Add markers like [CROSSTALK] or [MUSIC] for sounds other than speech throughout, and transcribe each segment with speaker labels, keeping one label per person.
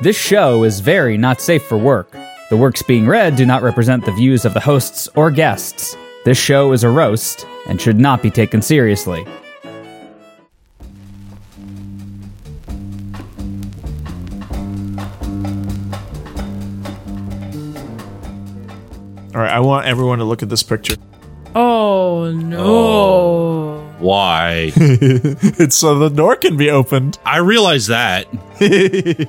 Speaker 1: This show is very not safe for work. The works being read do not represent the views of the hosts or guests. This show is a roast and should not be taken seriously.
Speaker 2: All right, I want everyone to look at this picture. [LAUGHS]
Speaker 3: Oh no.
Speaker 4: [LAUGHS]
Speaker 5: Why?
Speaker 2: It's so the door can be opened.
Speaker 5: I realize that.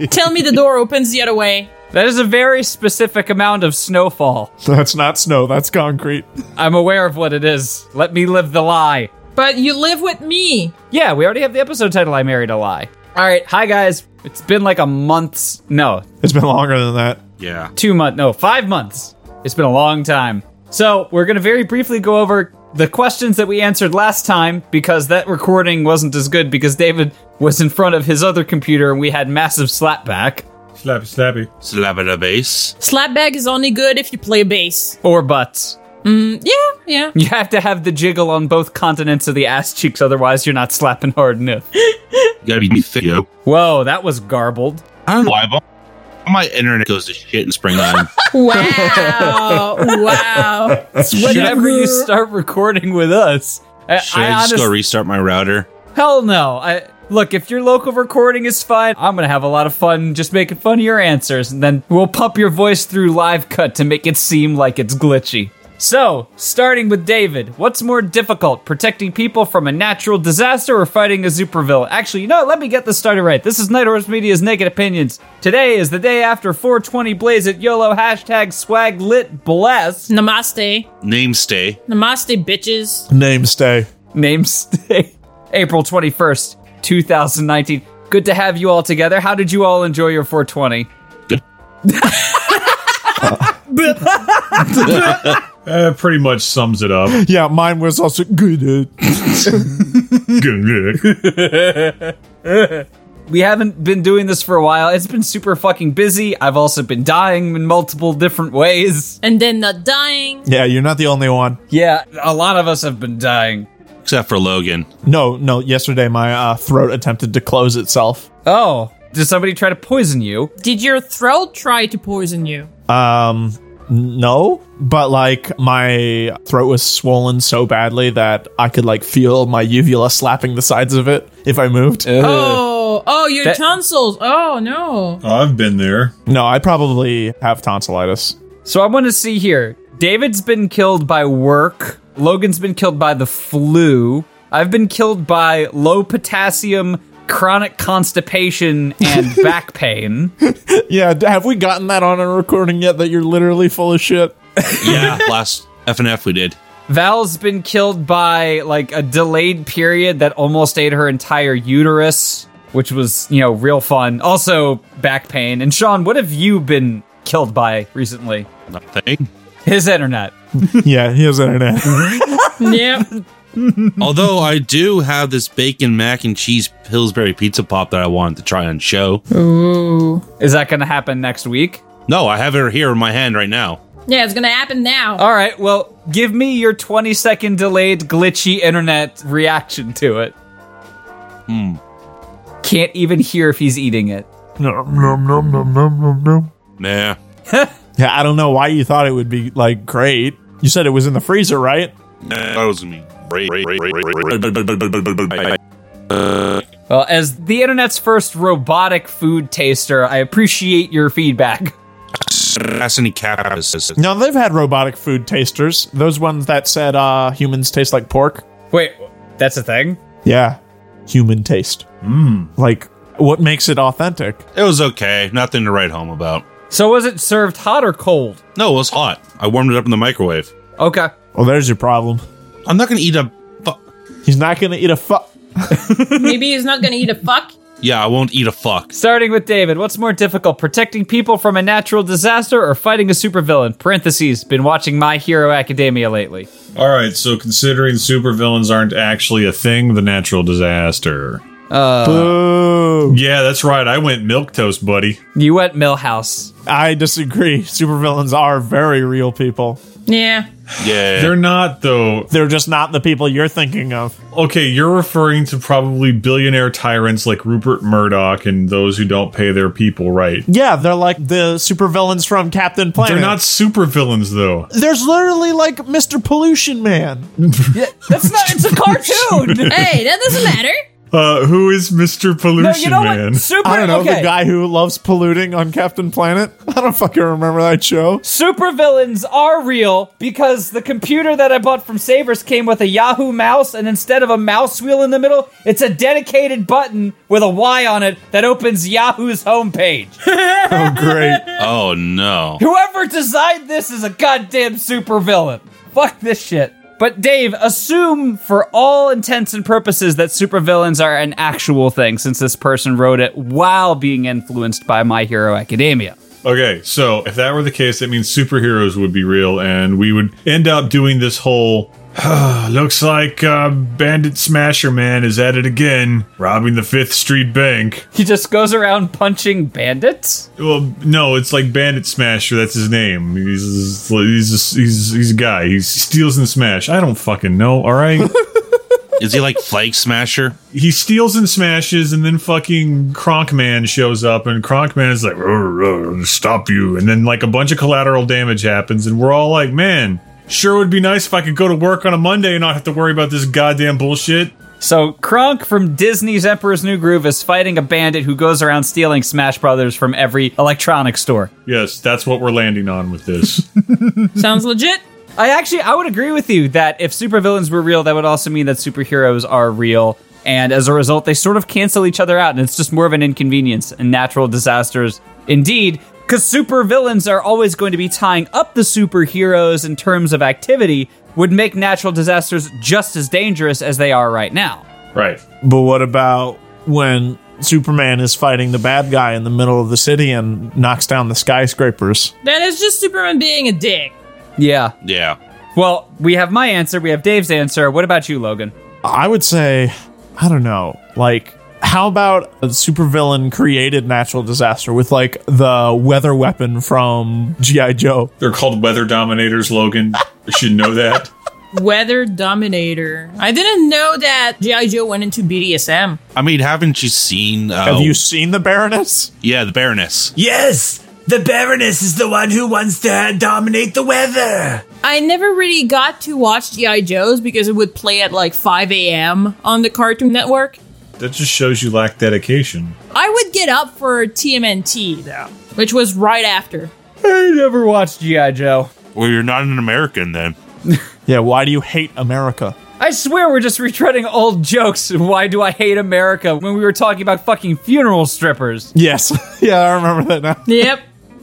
Speaker 3: Tell me the door opens the other way.
Speaker 1: That is a very specific amount of snowfall.
Speaker 2: That's not snow, that's concrete.
Speaker 1: I'm aware of what it is. Let me live the lie.
Speaker 3: But you live with me.
Speaker 1: Yeah, we already have the episode title I Married a Lie. All right, hi guys. It's been like a month's, no,
Speaker 2: It's been longer than that.
Speaker 5: Yeah.
Speaker 1: two month no five months it's been a long time so we're gonna very briefly go over the questions that we answered last time because that recording wasn't as good because david was in front of his other computer and we had massive slapback
Speaker 4: Slappy, slappy.
Speaker 5: Slap at a base.
Speaker 3: Slapback is only good if you play bass.
Speaker 1: or butts
Speaker 3: Yeah, yeah.
Speaker 1: you have to have the jiggle on both continents of the ass cheeks otherwise you're not slapping hard enough
Speaker 5: You gotta be thick, yo.
Speaker 1: whoa that was garbled
Speaker 5: I don't know why, but my internet goes to shit in
Speaker 4: [LAUGHS]
Speaker 5: springtime.
Speaker 3: Wow. [LAUGHS] wow.
Speaker 1: whenever you start recording with us I,
Speaker 5: Should
Speaker 1: I
Speaker 5: I, just
Speaker 1: honest-
Speaker 5: go restart my router?
Speaker 1: Hell no. I look if your local recording is fine, I'm gonna have a lot of fun just making fun of your answers, and then we'll pump your voice through live cut to make it seem like it's glitchy. So, starting with David, what's more difficult, protecting people from a natural disaster or fighting a supervillain? Actually, you know, what, let me get this started right. This is Night Horse Media's Naked Opinions. Today is the day after 420 Blaze at YOLO hashtag swag lit bless.
Speaker 3: Namaste.
Speaker 5: Name stay.
Speaker 3: Namaste, bitches.
Speaker 2: Name stay.
Speaker 1: name stay [LAUGHS] April 21st, 2019. Good to have you all together. How did you all enjoy your 420?
Speaker 4: Uh, pretty much sums
Speaker 5: [LAUGHS]
Speaker 4: it up.
Speaker 2: Yeah, mine was also good. [LAUGHS]
Speaker 4: Good.
Speaker 1: We haven't been doing this for a while. It's been super fucking busy. I've also been dying in multiple different ways. [LAUGHS]
Speaker 3: And then not dying.
Speaker 2: Yeah, you're not the only one.
Speaker 1: Yeah, a lot of us have been dying.
Speaker 5: Except for Logan.
Speaker 2: No, no, yesterday my uh, throat attempted to close itself.
Speaker 1: Oh, did somebody try to poison you?
Speaker 3: Did your throat try to poison you?
Speaker 2: Um, no, but like my throat was swollen so badly that I could like feel my uvula slapping the sides of it if I moved.
Speaker 3: Oh, oh, your
Speaker 1: That-
Speaker 3: tonsils. Oh
Speaker 5: [LAUGHS]
Speaker 3: no.
Speaker 4: I've been there.
Speaker 2: No, I probably have tonsillitis.
Speaker 1: So I want to see here. David's been killed by work. Logan's been killed by the flu. I've been killed by low potassium, chronic constipation, and back pain.
Speaker 2: Yeah, d- have we gotten that on a recording yet that you're literally full of shit?
Speaker 4: [LAUGHS]
Speaker 5: Yeah, last F and F we did.
Speaker 1: Val's been killed by like a delayed period that almost ate her entire uterus, which was, you know, real fun. Also, back pain. And Sean, what have you been killed by recently?
Speaker 5: Nothing.
Speaker 1: His internet.
Speaker 2: yeah, he has internet.
Speaker 4: [LAUGHS]
Speaker 3: yep.
Speaker 4: Hmm.
Speaker 5: Although I do have this bacon mac and cheese Pillsbury pizza pop that I wanted to try on show.
Speaker 4: Oh.
Speaker 1: Is that going to happen next week?
Speaker 5: No, I have it here in my hand right now.
Speaker 3: Yeah, it's gonna happen now.
Speaker 1: All right, well, give me your 20 second delayed glitchy internet reaction to it. Hmm. Can't even hear if he's eating it.
Speaker 5: Nah.
Speaker 2: yeah, I don't know why you thought it would be like great. You said it was in the freezer, right?
Speaker 5: That was gonna be
Speaker 1: Well, as the internet's first robotic food taster, I appreciate your feedback. [LAUGHS]
Speaker 2: No, they've had robotic food tasters. Those ones that said uh humans taste like pork.
Speaker 1: Wait, that's a thing?
Speaker 2: Yeah. Human taste.
Speaker 4: Hmm.
Speaker 2: Mmm. Like what makes it authentic?
Speaker 5: It was okay. Nothing to write home about.
Speaker 1: So was it served hot or cold?
Speaker 5: No, it was hot. I warmed it up in the microwave.
Speaker 1: Okay.
Speaker 2: Well, there's your problem.
Speaker 5: I'm not gonna eat a. Fu-
Speaker 2: He's not gonna eat a fuck.
Speaker 3: Maybe he's not gonna eat a fuck.
Speaker 5: yeah, I won't eat a fuck.
Speaker 1: Starting with David, what's more difficult, protecting people from a natural disaster or fighting a supervillain? Parentheses, been watching My Hero Academia lately.
Speaker 4: All right, so considering supervillains aren't actually a thing, the natural disaster. Uh.
Speaker 2: Boo.
Speaker 4: Yeah, that's right. I went milk toast, buddy.
Speaker 1: You went Millhouse.
Speaker 2: [LAUGHS] I disagree. Supervillains are very real people.
Speaker 3: Yeah.
Speaker 5: Yeah.
Speaker 4: They're not though.
Speaker 2: They're just not the people you're thinking of.
Speaker 4: Okay, you're referring to probably billionaire tyrants like Rupert Murdoch and those who don't pay their people right.
Speaker 2: Yeah, they're like the supervillains from Captain Planet.
Speaker 4: They're not supervillains though.
Speaker 2: There's literally like Mr. Pollution Man.
Speaker 1: That's not. It's a
Speaker 2: [LAUGHS]
Speaker 1: cartoon.
Speaker 3: hey, that doesn't matter.
Speaker 4: Uh, who is Mr. Pollution
Speaker 1: no, you know
Speaker 4: Man?
Speaker 1: what? Super.
Speaker 2: I don't know
Speaker 1: okay.
Speaker 2: the guy who loves polluting on Captain Planet. [LAUGHS] I don't fucking remember that [LAUGHS] show.
Speaker 1: Supervillains are real because the computer that I bought from Savers came with a Yahoo mouse, and instead of a mouse wheel in the middle, it's a dedicated button with a Y on it that opens Yahoo's homepage.
Speaker 2: Oh, great.
Speaker 5: oh no.
Speaker 1: Whoever designed this is a goddamn supervillain. Fuck this shit. But Dave, assume for all intents and purposes that supervillains are an actual thing since this person wrote it while being influenced by My Hero Academia.
Speaker 4: Okay, so if that were the case, that means superheroes would be real, and we would end up doing this whole. [SIGHS] Looks like uh, Bandit Smasher Man is at it again, robbing the Fifth Street Bank.
Speaker 1: He just goes around punching bandits?
Speaker 4: Well, no, it's like Bandit Smasher. That's his name. He's he's he's he's a guy. He steals and smash. I don't fucking know. All right,
Speaker 5: Is he like Flag Smasher?
Speaker 4: he steals and smashes, and then fucking Cronkman shows up, and Cronkman is like, "Rrr, rrr, "Stop you!" And then like a bunch of collateral damage happens, and we're all like, "Man, sure would be nice if I could go to work on a Monday and not have to worry about this goddamn bullshit."
Speaker 1: So Kronk from Disney's Emperor's New Groove is fighting a bandit who goes around stealing Smash Brothers from every electronics store.
Speaker 4: Yes, that's what we're landing on with this.
Speaker 3: Sounds legit.
Speaker 1: I actually I would agree with you that if supervillains were real, that would also mean that superheroes are real. And as a result, they sort of cancel each other out, and it's just more of an inconvenience and natural disasters indeed. Because supervillains are always going to be tying up the superheroes in terms of activity, would make natural disasters just as dangerous as they are right now.
Speaker 4: right.
Speaker 2: But what about when Superman is fighting the bad guy in the middle of the city and knocks down the skyscrapers?
Speaker 3: That is just Superman being a dick.
Speaker 1: Yeah.
Speaker 5: Yeah.
Speaker 1: Well, we have my answer, we have Dave's answer. What about you, Logan?
Speaker 2: I would say, I don't know, like. How about a supervillain created natural disaster with like the weather weapon from G.I. Joe?
Speaker 4: [LAUGHS] They're called weather dominators, Logan. You should know that.
Speaker 3: Weather Dominator. I didn't know that G.I. Joe went into BDSM.
Speaker 5: I mean, haven't you seen? Uh,
Speaker 2: Have you seen the Baroness?
Speaker 5: Yeah, the Baroness.
Speaker 6: Yes! The Baroness is the one who wants to dominate the weather!
Speaker 3: I never really got to watch G.I. Joe's because it would play at like 5 a.m. on the Cartoon Network.
Speaker 4: That just shows you lack dedication.
Speaker 3: I would get up for TMNT though, which was right after.
Speaker 1: I never watched G.I. Joe.
Speaker 5: Well, you're not an American then.
Speaker 2: Yeah, why do you hate America?
Speaker 1: I swear we're just retreading old jokes. Why do I hate America when we were talking about fucking funeral strippers?
Speaker 2: Yes. [LAUGHS] yeah, I remember that now.
Speaker 3: Yep.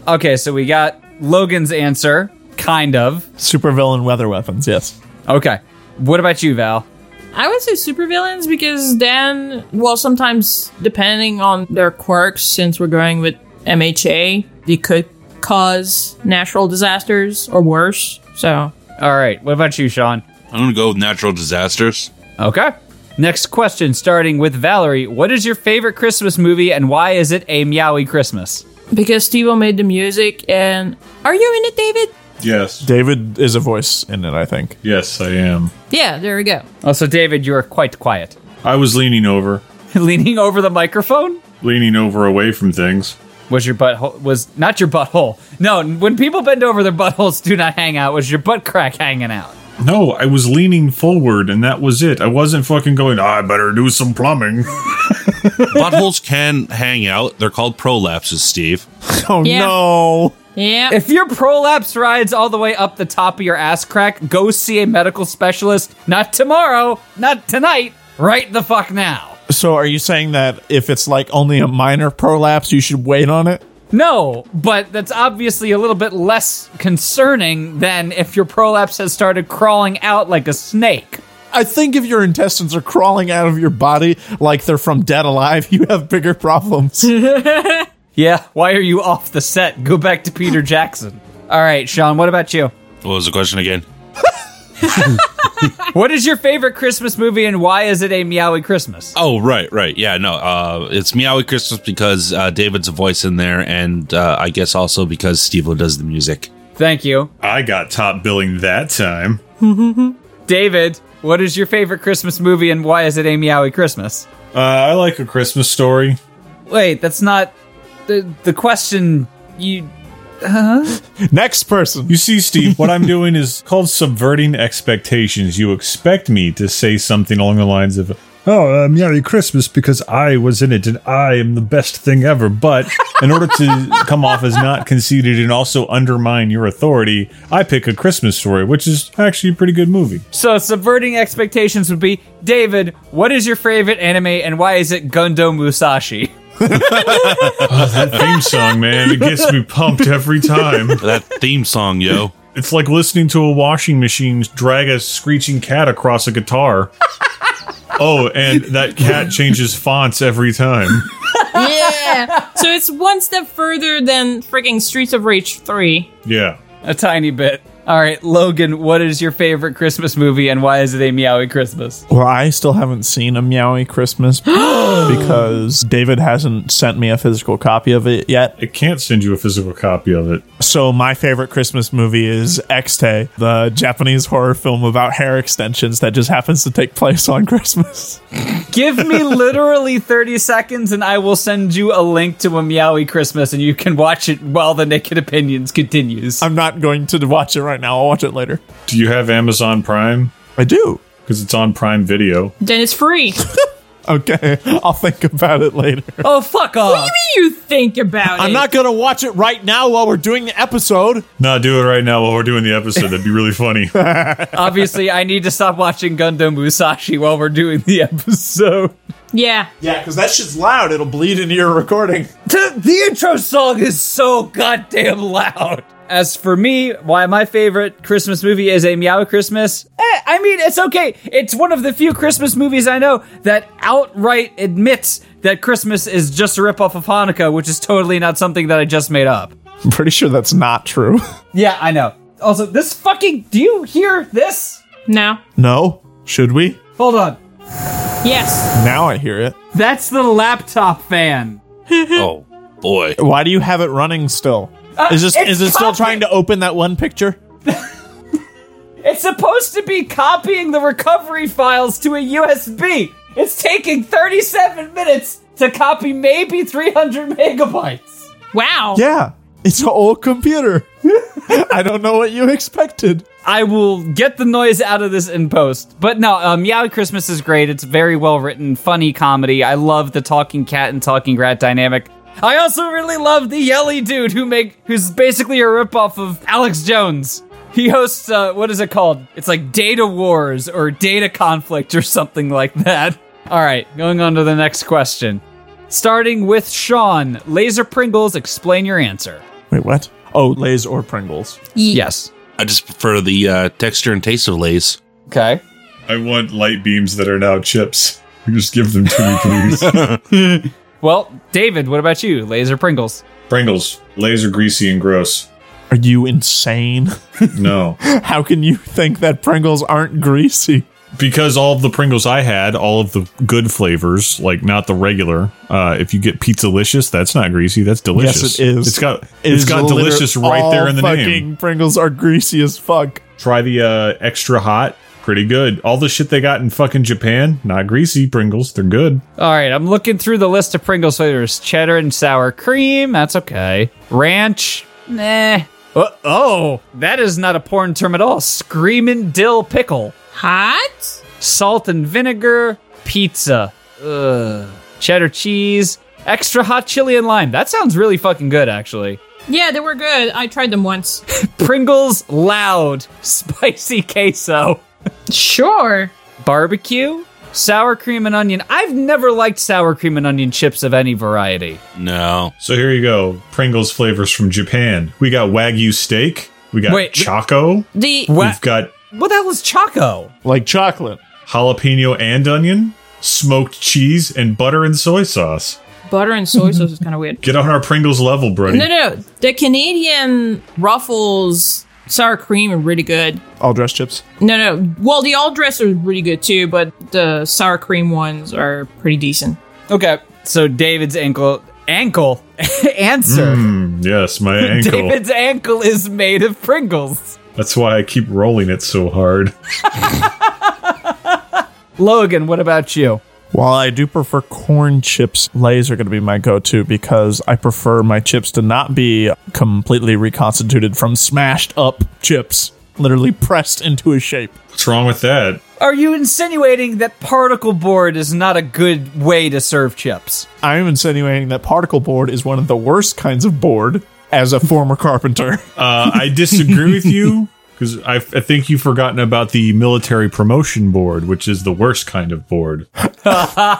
Speaker 1: Okay, so we got Logan's answer, kind of.
Speaker 2: Supervillain weather weapons, yes.
Speaker 1: Okay. What about you, Val?
Speaker 3: I would say supervillains because then, well, sometimes depending on their quirks, since we're going with MHA, they could cause natural disasters or worse. So,
Speaker 1: All right. What about you, Sean?
Speaker 5: I'm gonna go
Speaker 2: [LAUGHS]
Speaker 5: with natural disasters.
Speaker 1: Okay. Next question, starting with Valerie. What is your favorite Christmas movie and why is it a meowy Christmas?
Speaker 3: because Steve made the music, and are you in it, David?
Speaker 4: Yes.
Speaker 2: David is a voice in it, I think.
Speaker 4: Yes, I am.
Speaker 3: Yeah, there we go.
Speaker 1: Also, Oh, David, you are quite quiet. [LAUGHS]
Speaker 4: I was leaning over,
Speaker 1: Leaning over the microphone?
Speaker 4: leaning over away from things.
Speaker 1: Was your butthole, was not your butthole. No, when people bend over, their buttholes do not hang out. Was your butt crack hanging out?
Speaker 4: No, I was leaning forward and that was it. I wasn't fucking going, I better do some plumbing. [LAUGHS]
Speaker 5: Buttholes can hang out. They're called prolapses, Steve.
Speaker 2: Oh
Speaker 3: Yeah.
Speaker 2: no.
Speaker 3: Yeah.
Speaker 1: If your prolapse rides all the way up the top of your ass crack, go see a medical specialist. Not tomorrow, not tonight, right the fuck now.
Speaker 2: So are you saying that if it's like only a minor prolapse, you should wait on it?
Speaker 1: No, but that's obviously a little bit less concerning than if your prolapse has started crawling out like a snake.
Speaker 2: I think if your intestines are crawling out of your body like they're from dead alive, [LAUGHS] you have bigger problems.
Speaker 1: Yeah, why are you off the set? Go back to Peter Jackson. All right, Sean, what about you?
Speaker 5: What was the question again?
Speaker 1: What is your favorite Christmas movie and why is it a meowy Christmas?
Speaker 5: Oh, right, right. Yeah, no. Uh, it's Meowie Christmas because uh, David's a voice in there, and uh, I guess also because Steve does the music.
Speaker 1: Thank you.
Speaker 4: I got top billing that time.
Speaker 1: David, what is your favorite Christmas movie and why is it a Meowie Christmas?
Speaker 4: Uh, I like a Christmas story.
Speaker 1: Wait, that's not the the question you
Speaker 2: [LAUGHS] Next person.
Speaker 4: You see, Steve, what I'm doing is called subverting expectations. You expect me to say something along the lines of, Oh, uh, Merry Christmas because I was in it and I am the best thing ever. But in order to come off as not conceited and also undermine your authority, I pick a Christmas story, which is actually a pretty good movie.
Speaker 1: So subverting expectations would be David, what is your favorite anime and why is it Gundo Musashi? [LAUGHS]
Speaker 4: That theme song, man, it gets me pumped every time.
Speaker 5: That [LAUGHS] theme song, yo.
Speaker 4: It's like listening to a washing machine drag a screeching cat across a guitar. oh, and that cat changes fonts every time.
Speaker 3: yeah. [LAUGHS] So it's one step further than freaking Streets of Rage 3.
Speaker 4: Yeah.
Speaker 1: A tiny bit. All right, Logan, what is your favorite Christmas movie and why is it a Meowie Christmas?
Speaker 2: Well, I still haven't seen a Meowie Christmas [GASPS] because David hasn't sent me a physical copy of it yet.
Speaker 4: It can't send you a physical copy of it.
Speaker 2: So my favorite Christmas movie is Exte, the Japanese horror film about hair extensions that just happens to take place on [LAUGHS] Christmas.
Speaker 1: Give
Speaker 3: [LAUGHS]
Speaker 1: me literally 30 seconds and I will send you a link to a Meowie Christmas and you can watch it while the Naked Opinions continues.
Speaker 2: I'm not going to watch it right now. I'll watch it later.
Speaker 4: Do you have Amazon Prime?
Speaker 2: I do.
Speaker 4: Because it's on Prime Video.
Speaker 3: Then
Speaker 2: [LAUGHS]
Speaker 3: it's free. what
Speaker 2: Okay, [LAUGHS] I'll think about it later.
Speaker 1: oh, fuck off.
Speaker 3: do you think about it?
Speaker 2: I'm not gonna watch it right now while we're doing the episode.
Speaker 4: Nah, do it right now while we're doing the episode. That'd be really funny.
Speaker 1: Obviously, I need to stop watching Gundo Musashi while we're doing the [LAUGHS] episode.
Speaker 3: Yeah.
Speaker 2: Yeah, because that shit's loud. It'll bleed into your recording.
Speaker 1: The, the intro song is so goddamn loud. As for me, why my favorite Christmas movie is a Meow Christmas? Eh, I mean, it's okay. It's one of the few Christmas movies I know that outright admits that Christmas is just a ripoff of Hanukkah, which is totally not something that I just made up.
Speaker 2: [LAUGHS] I'm pretty sure that's not true.
Speaker 1: Yeah, I know. Also, this fucking. Do you hear this?
Speaker 3: No.
Speaker 2: [LAUGHS] No? Should we?
Speaker 1: Hold on.
Speaker 3: Yes.
Speaker 2: Now I hear it.
Speaker 1: That's the laptop fan.
Speaker 5: Oh boy.
Speaker 2: Why do you have it running still? is this
Speaker 1: it's
Speaker 2: is it still
Speaker 1: copied.
Speaker 2: trying to open that one picture?
Speaker 1: It's supposed to be copying the recovery files to a USB. It's taking 37 minutes to copy maybe 300 megabytes.
Speaker 3: Wow.
Speaker 2: Yeah. It's an old computer. [LAUGHS] I don't know what you expected.
Speaker 1: I will get the noise out of this in post. But no, um, Meow Christmas is great. It's very well written, funny comedy. I love the talking cat and talking rat dynamic. I also really love the yelly dude who make who's basically a ripoff of Alex Jones. He hosts uh, what is it called? It's like Data Wars or Data Conflict or something like that. All right, going on to the next question. Starting with Sean, Laser Pringles, explain your answer.
Speaker 2: Wait, what? Oh, Lay's or Pringles.
Speaker 1: Yes.
Speaker 5: I just prefer the uh, texture and taste of Lay's.
Speaker 1: Okay.
Speaker 4: I want light beams that are now chips. Just give them to me, please.
Speaker 1: Well, David, what about you? Laser Pringles.
Speaker 4: Pringles, laser greasy and gross.
Speaker 2: Are you insane? [LAUGHS]
Speaker 4: No.
Speaker 2: How can you think that Pringles aren't greasy?
Speaker 4: because all of the Pringles I had, all of the good flavors, like not the regular. Uh, if you get Pizzalicious, that's not greasy. That's delicious.
Speaker 2: Yes, it is.
Speaker 4: It's got
Speaker 2: It
Speaker 4: it's
Speaker 2: is
Speaker 4: got
Speaker 2: liter-
Speaker 4: delicious right
Speaker 2: all
Speaker 4: there in the
Speaker 2: fucking
Speaker 4: name.
Speaker 2: Pringles are greasy as fuck.
Speaker 4: Try the uh, extra hot. Pretty good. All the shit they got in fucking Japan, not greasy Pringles. They're good.
Speaker 1: All right, I'm looking through the list of Pringles flavors: cheddar and sour cream. That's okay. Ranch. Nah. Uh, oh, that is not a porn term at all. Screamin' dill pickle,
Speaker 3: Hot?
Speaker 1: salt and vinegar, pizza, Ugh. cheddar cheese, extra hot chili and lime. That sounds really fucking good, actually.
Speaker 3: Yeah, they were good. I tried them once.
Speaker 1: Pringles loud, [LAUGHS] spicy queso.
Speaker 3: Sure.
Speaker 1: barbecue, sour cream and onion. I've never liked sour cream and onion chips of any variety.
Speaker 5: No.
Speaker 4: So here you go. Pringles flavors from Japan. We got Wagyu steak. We got
Speaker 1: Wait, th-
Speaker 4: Choco.
Speaker 3: The
Speaker 1: Wha-
Speaker 4: We've got
Speaker 1: What the hell is choco?
Speaker 2: Like chocolate.
Speaker 4: jalapeno and onion, smoked cheese, and butter and soy sauce.
Speaker 3: butter and soy sauce is kind of weird.
Speaker 4: Get on our Pringles level, buddy.
Speaker 3: No, no. The Canadian Ruffles sour cream are really good.
Speaker 2: All dress chips.
Speaker 3: No, no. Well, the all dress are really good too, but the sour cream ones are pretty decent.
Speaker 1: Okay, so David's ankle ankle [LAUGHS] answer.
Speaker 4: Hmm, Yes, my ankle.
Speaker 1: David's ankle is made of Pringles.
Speaker 4: That's why I keep rolling it so hard.
Speaker 1: Logan, what about you?
Speaker 2: While I do prefer corn chips, lays are going to be my go to because I prefer my chips to not be completely reconstituted from smashed up chips, literally pressed into a shape.
Speaker 4: What's wrong with that?
Speaker 1: Are you insinuating that particle board is not a good way to serve chips?
Speaker 2: I am insinuating that particle board is one of the worst kinds of board as a former carpenter.
Speaker 4: Uh, I disagree with you because I, I think you've forgotten about the military promotion board, which is the worst kind of board.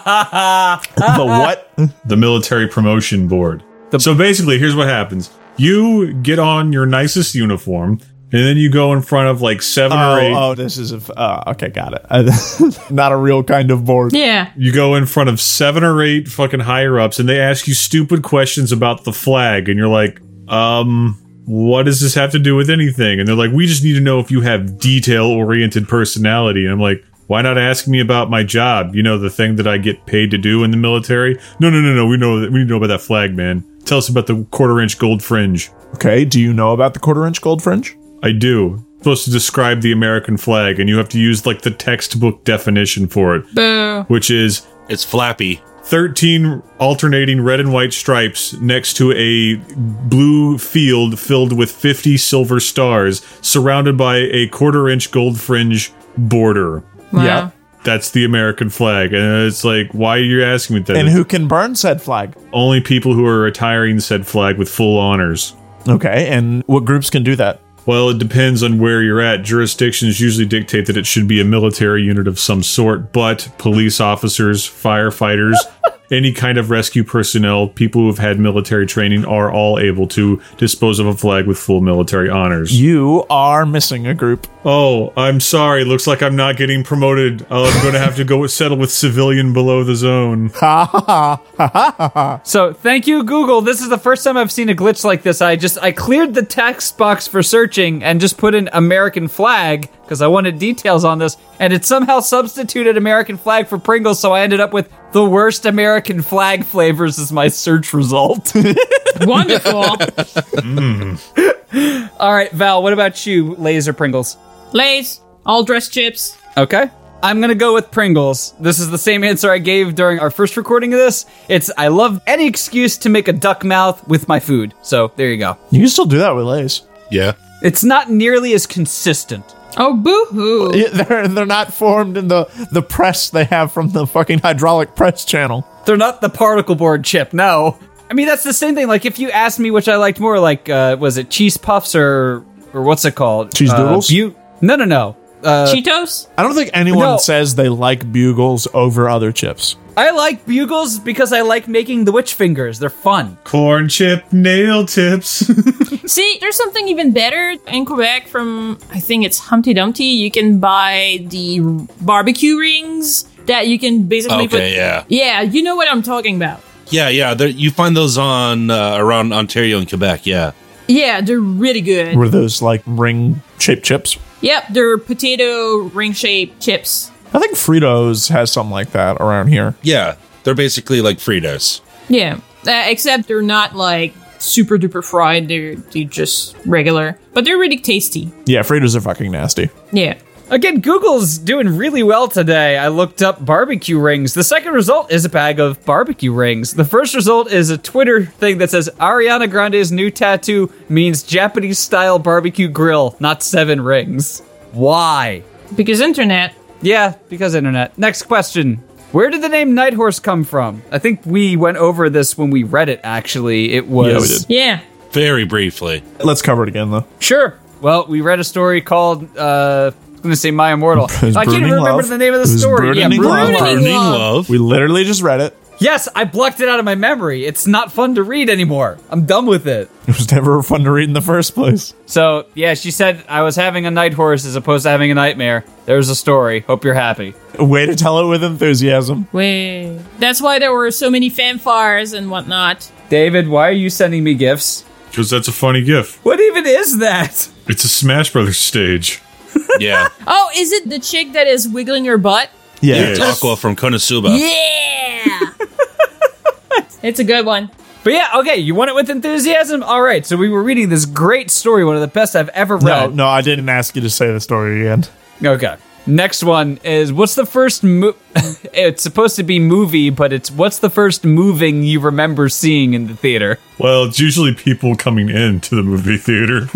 Speaker 2: the [LAUGHS] what?
Speaker 4: the military promotion board. so basically, here's what happens: you get on your nicest uniform, and then you go in front of like seven or eight.
Speaker 2: Oh, oh, this is a. f- Uh, okay, got it. [LAUGHS] Not a real kind of board.
Speaker 3: Yeah.
Speaker 4: You go in front of seven or eight fucking higher ups, and they ask you stupid questions about the flag, and you're like, um. What does this have to do with anything? And they're like, we just need to know if you have detail oriented personality. And I'm like, why not ask me about my job? You know, the thing that I get paid to do in the military? No, no, no, no. We know that we need to know about that flag, man. Tell us about the quarter inch gold fringe.
Speaker 2: Okay, do you know about the quarter inch gold fringe?
Speaker 4: I do. Supposed to describe the American flag, and you have to use like the textbook definition for it,
Speaker 3: Boo.
Speaker 4: which is
Speaker 5: It's flappy.
Speaker 4: 13 alternating red and white stripes next to a blue field filled with 50 silver stars, surrounded by a quarter inch gold fringe border.
Speaker 3: Wow.
Speaker 2: Yeah.
Speaker 4: That's the American flag. And it's like, why are you asking me that?
Speaker 2: And who can burn said flag?
Speaker 4: Only people who are retiring said flag with full honors.
Speaker 2: Okay, and what groups can do that?
Speaker 4: Well, it depends on where you're at. Jurisdictions usually dictate that it should be a military unit of some sort, but police officers, firefighters, any kind of rescue personnel, people who have had military training are all able to dispose of a flag with full military honors.
Speaker 2: You are missing a group.
Speaker 4: oh, I'm sorry. Looks like I'm not getting promoted. Uh, I'm going to have to go with, settle with civilian below the zone.
Speaker 1: So thank you, Google. This is the first time I've seen a glitch like this. I just I cleared the text box for searching and just put in American flag because I wanted details on this, and it somehow substituted American flag for Pringles, so I ended up with the worst American flag flavors as my search result.
Speaker 3: [LAUGHS] Wonderful.
Speaker 1: All right, Val, what about you, laser Pringles?
Speaker 3: Lays, all dress chips.
Speaker 1: Okay. I'm gonna go with Pringles. This is the same answer I gave during our first recording of this. It's I love any excuse to make a duck mouth with my food. So there you go.
Speaker 2: You can still do that with Lay's.
Speaker 5: Yeah.
Speaker 1: It's not nearly as consistent.
Speaker 3: Oh, boo
Speaker 2: [LAUGHS]
Speaker 3: hoo.
Speaker 2: Yeah, They're they're not formed in the the press they have from the fucking hydraulic press channel.
Speaker 1: They're not the particle board chip, no. I mean that's the same thing. Like if you asked me which I liked more, like uh was it cheese puffs or or what's it called?
Speaker 2: Cheese
Speaker 1: Uh,
Speaker 2: doodles?
Speaker 1: bu- no no no.
Speaker 3: Cheetos?
Speaker 2: I don't think anyone
Speaker 1: No.
Speaker 2: says they like bugles over other chips.
Speaker 1: I like bugles because I like making the witch fingers. They're fun.
Speaker 4: Corn chip nail tips.
Speaker 3: See, there's something even better in Quebec from, I think it's Humpty Dumpty. You can buy the barbecue rings that you can basically put.
Speaker 5: Okay, yeah.
Speaker 3: Yeah, you know what I'm talking about.
Speaker 5: Yeah, yeah. There, you find those on uh, around Ontario and Quebec. Yeah.
Speaker 3: Yeah, they're really good.
Speaker 2: Were those like ring shaped chips?
Speaker 3: Yep, they're potato ring shaped chips.
Speaker 2: I think Fritos has something like that around here.
Speaker 5: Yeah. They're basically like Fritos.
Speaker 3: Yeah, uh, except they're not like super duper fried. They're they're just regular, but they're really tasty.
Speaker 2: Yeah, Fritos are fucking nasty.
Speaker 3: Yeah.
Speaker 1: Again, Google's doing really well today. I looked up barbecue rings. The second result is a bag of barbecue rings. The first result is a Twitter thing that says Ariana Grande's new tattoo means Japanese style barbecue grill, not seven rings. Why?
Speaker 3: Because internet.
Speaker 1: Yeah, because internet. Next question. Where did the name Night Horse come from? I think we went over this when we read it, actually. It was.
Speaker 2: Yeah, we did.
Speaker 3: Yeah.
Speaker 5: Very briefly.
Speaker 2: Let's cover it again though.
Speaker 1: Sure. Well, we read a story called, uh, I was going to say My Immortal.
Speaker 2: was
Speaker 1: I can't even
Speaker 2: Burning
Speaker 1: remember
Speaker 2: Love.
Speaker 1: the name of the
Speaker 2: It was
Speaker 1: story. yeah,
Speaker 2: Burning Love.
Speaker 1: Burning Love.
Speaker 5: Burning
Speaker 3: love.
Speaker 5: love.
Speaker 2: We literally just read it.
Speaker 1: Yes, I blocked it out of my memory. It's not fun to read anymore. I'm done with it.
Speaker 2: It was never fun to read in the first place.
Speaker 1: So, yeah, she said, I was having a night horse as opposed to having a nightmare. There's a story. Hope you're happy.
Speaker 2: Way to tell it with enthusiasm.
Speaker 3: Wait. That's why there were so many fanfars and whatnot.
Speaker 1: David, why are you sending me gifts?
Speaker 4: Because that's a funny gift.
Speaker 1: What even is that? [LAUGHS]
Speaker 4: It's a Smash Brothers stage.
Speaker 5: Yeah.
Speaker 3: Oh, is it the chick that is wiggling her butt?
Speaker 2: Yeah.
Speaker 5: It's Aqua from Konosuba.
Speaker 3: Yeah. it's a good one.
Speaker 1: But yeah, okay, you want it with enthusiasm? All right, so we were reading this great story, one of the best I've ever
Speaker 2: No,
Speaker 1: read.
Speaker 2: no, I didn't ask you to say the story again.
Speaker 1: no. Okay. Next one is what's the first mo- [LAUGHS] it's supposed to be movie, but it's what's the first moving you remember seeing in the theater?
Speaker 4: Well, it's usually people coming into the movie theater.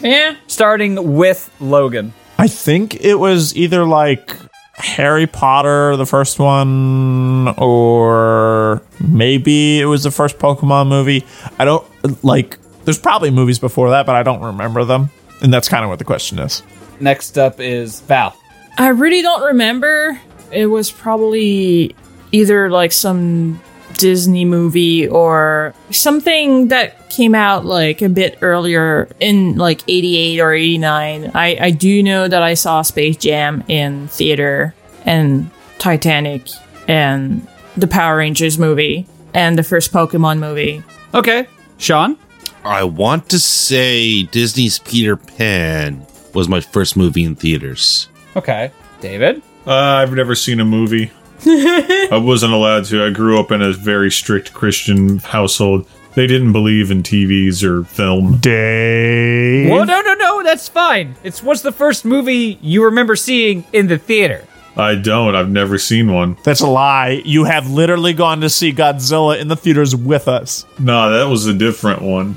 Speaker 3: Yeah.
Speaker 1: Starting with Logan.
Speaker 2: I think it was either like Harry Potter, the first one, or maybe it was the first Pokemon movie. I don't like. There's probably movies before that, but I don't remember them, and that's kind of what the question is.
Speaker 1: Next up is Val.
Speaker 3: I really don't remember. It was probably either like some Disney movie or something that came out like a bit earlier in like 88 or 89. I, I do know that I saw Space Jam in theater and Titanic and the Power Rangers movie and the first Pokemon movie.
Speaker 1: Okay. Sean?
Speaker 5: I want to say Disney's Peter Pan was my first movie in theaters.
Speaker 1: Okay. David?
Speaker 4: Uh, I've never seen a movie. I wasn't allowed to. I grew up in a very strict Christian household. They didn't believe in TVs or film.
Speaker 2: Day.
Speaker 1: Well, no, no, no, that's fine. It's what's the first movie you remember seeing in the theater? [LAUGHS]
Speaker 4: I don't. I've never seen one.
Speaker 2: That's a lie. You have literally gone to see Godzilla in the theaters with us.
Speaker 4: Nah, that was a different one.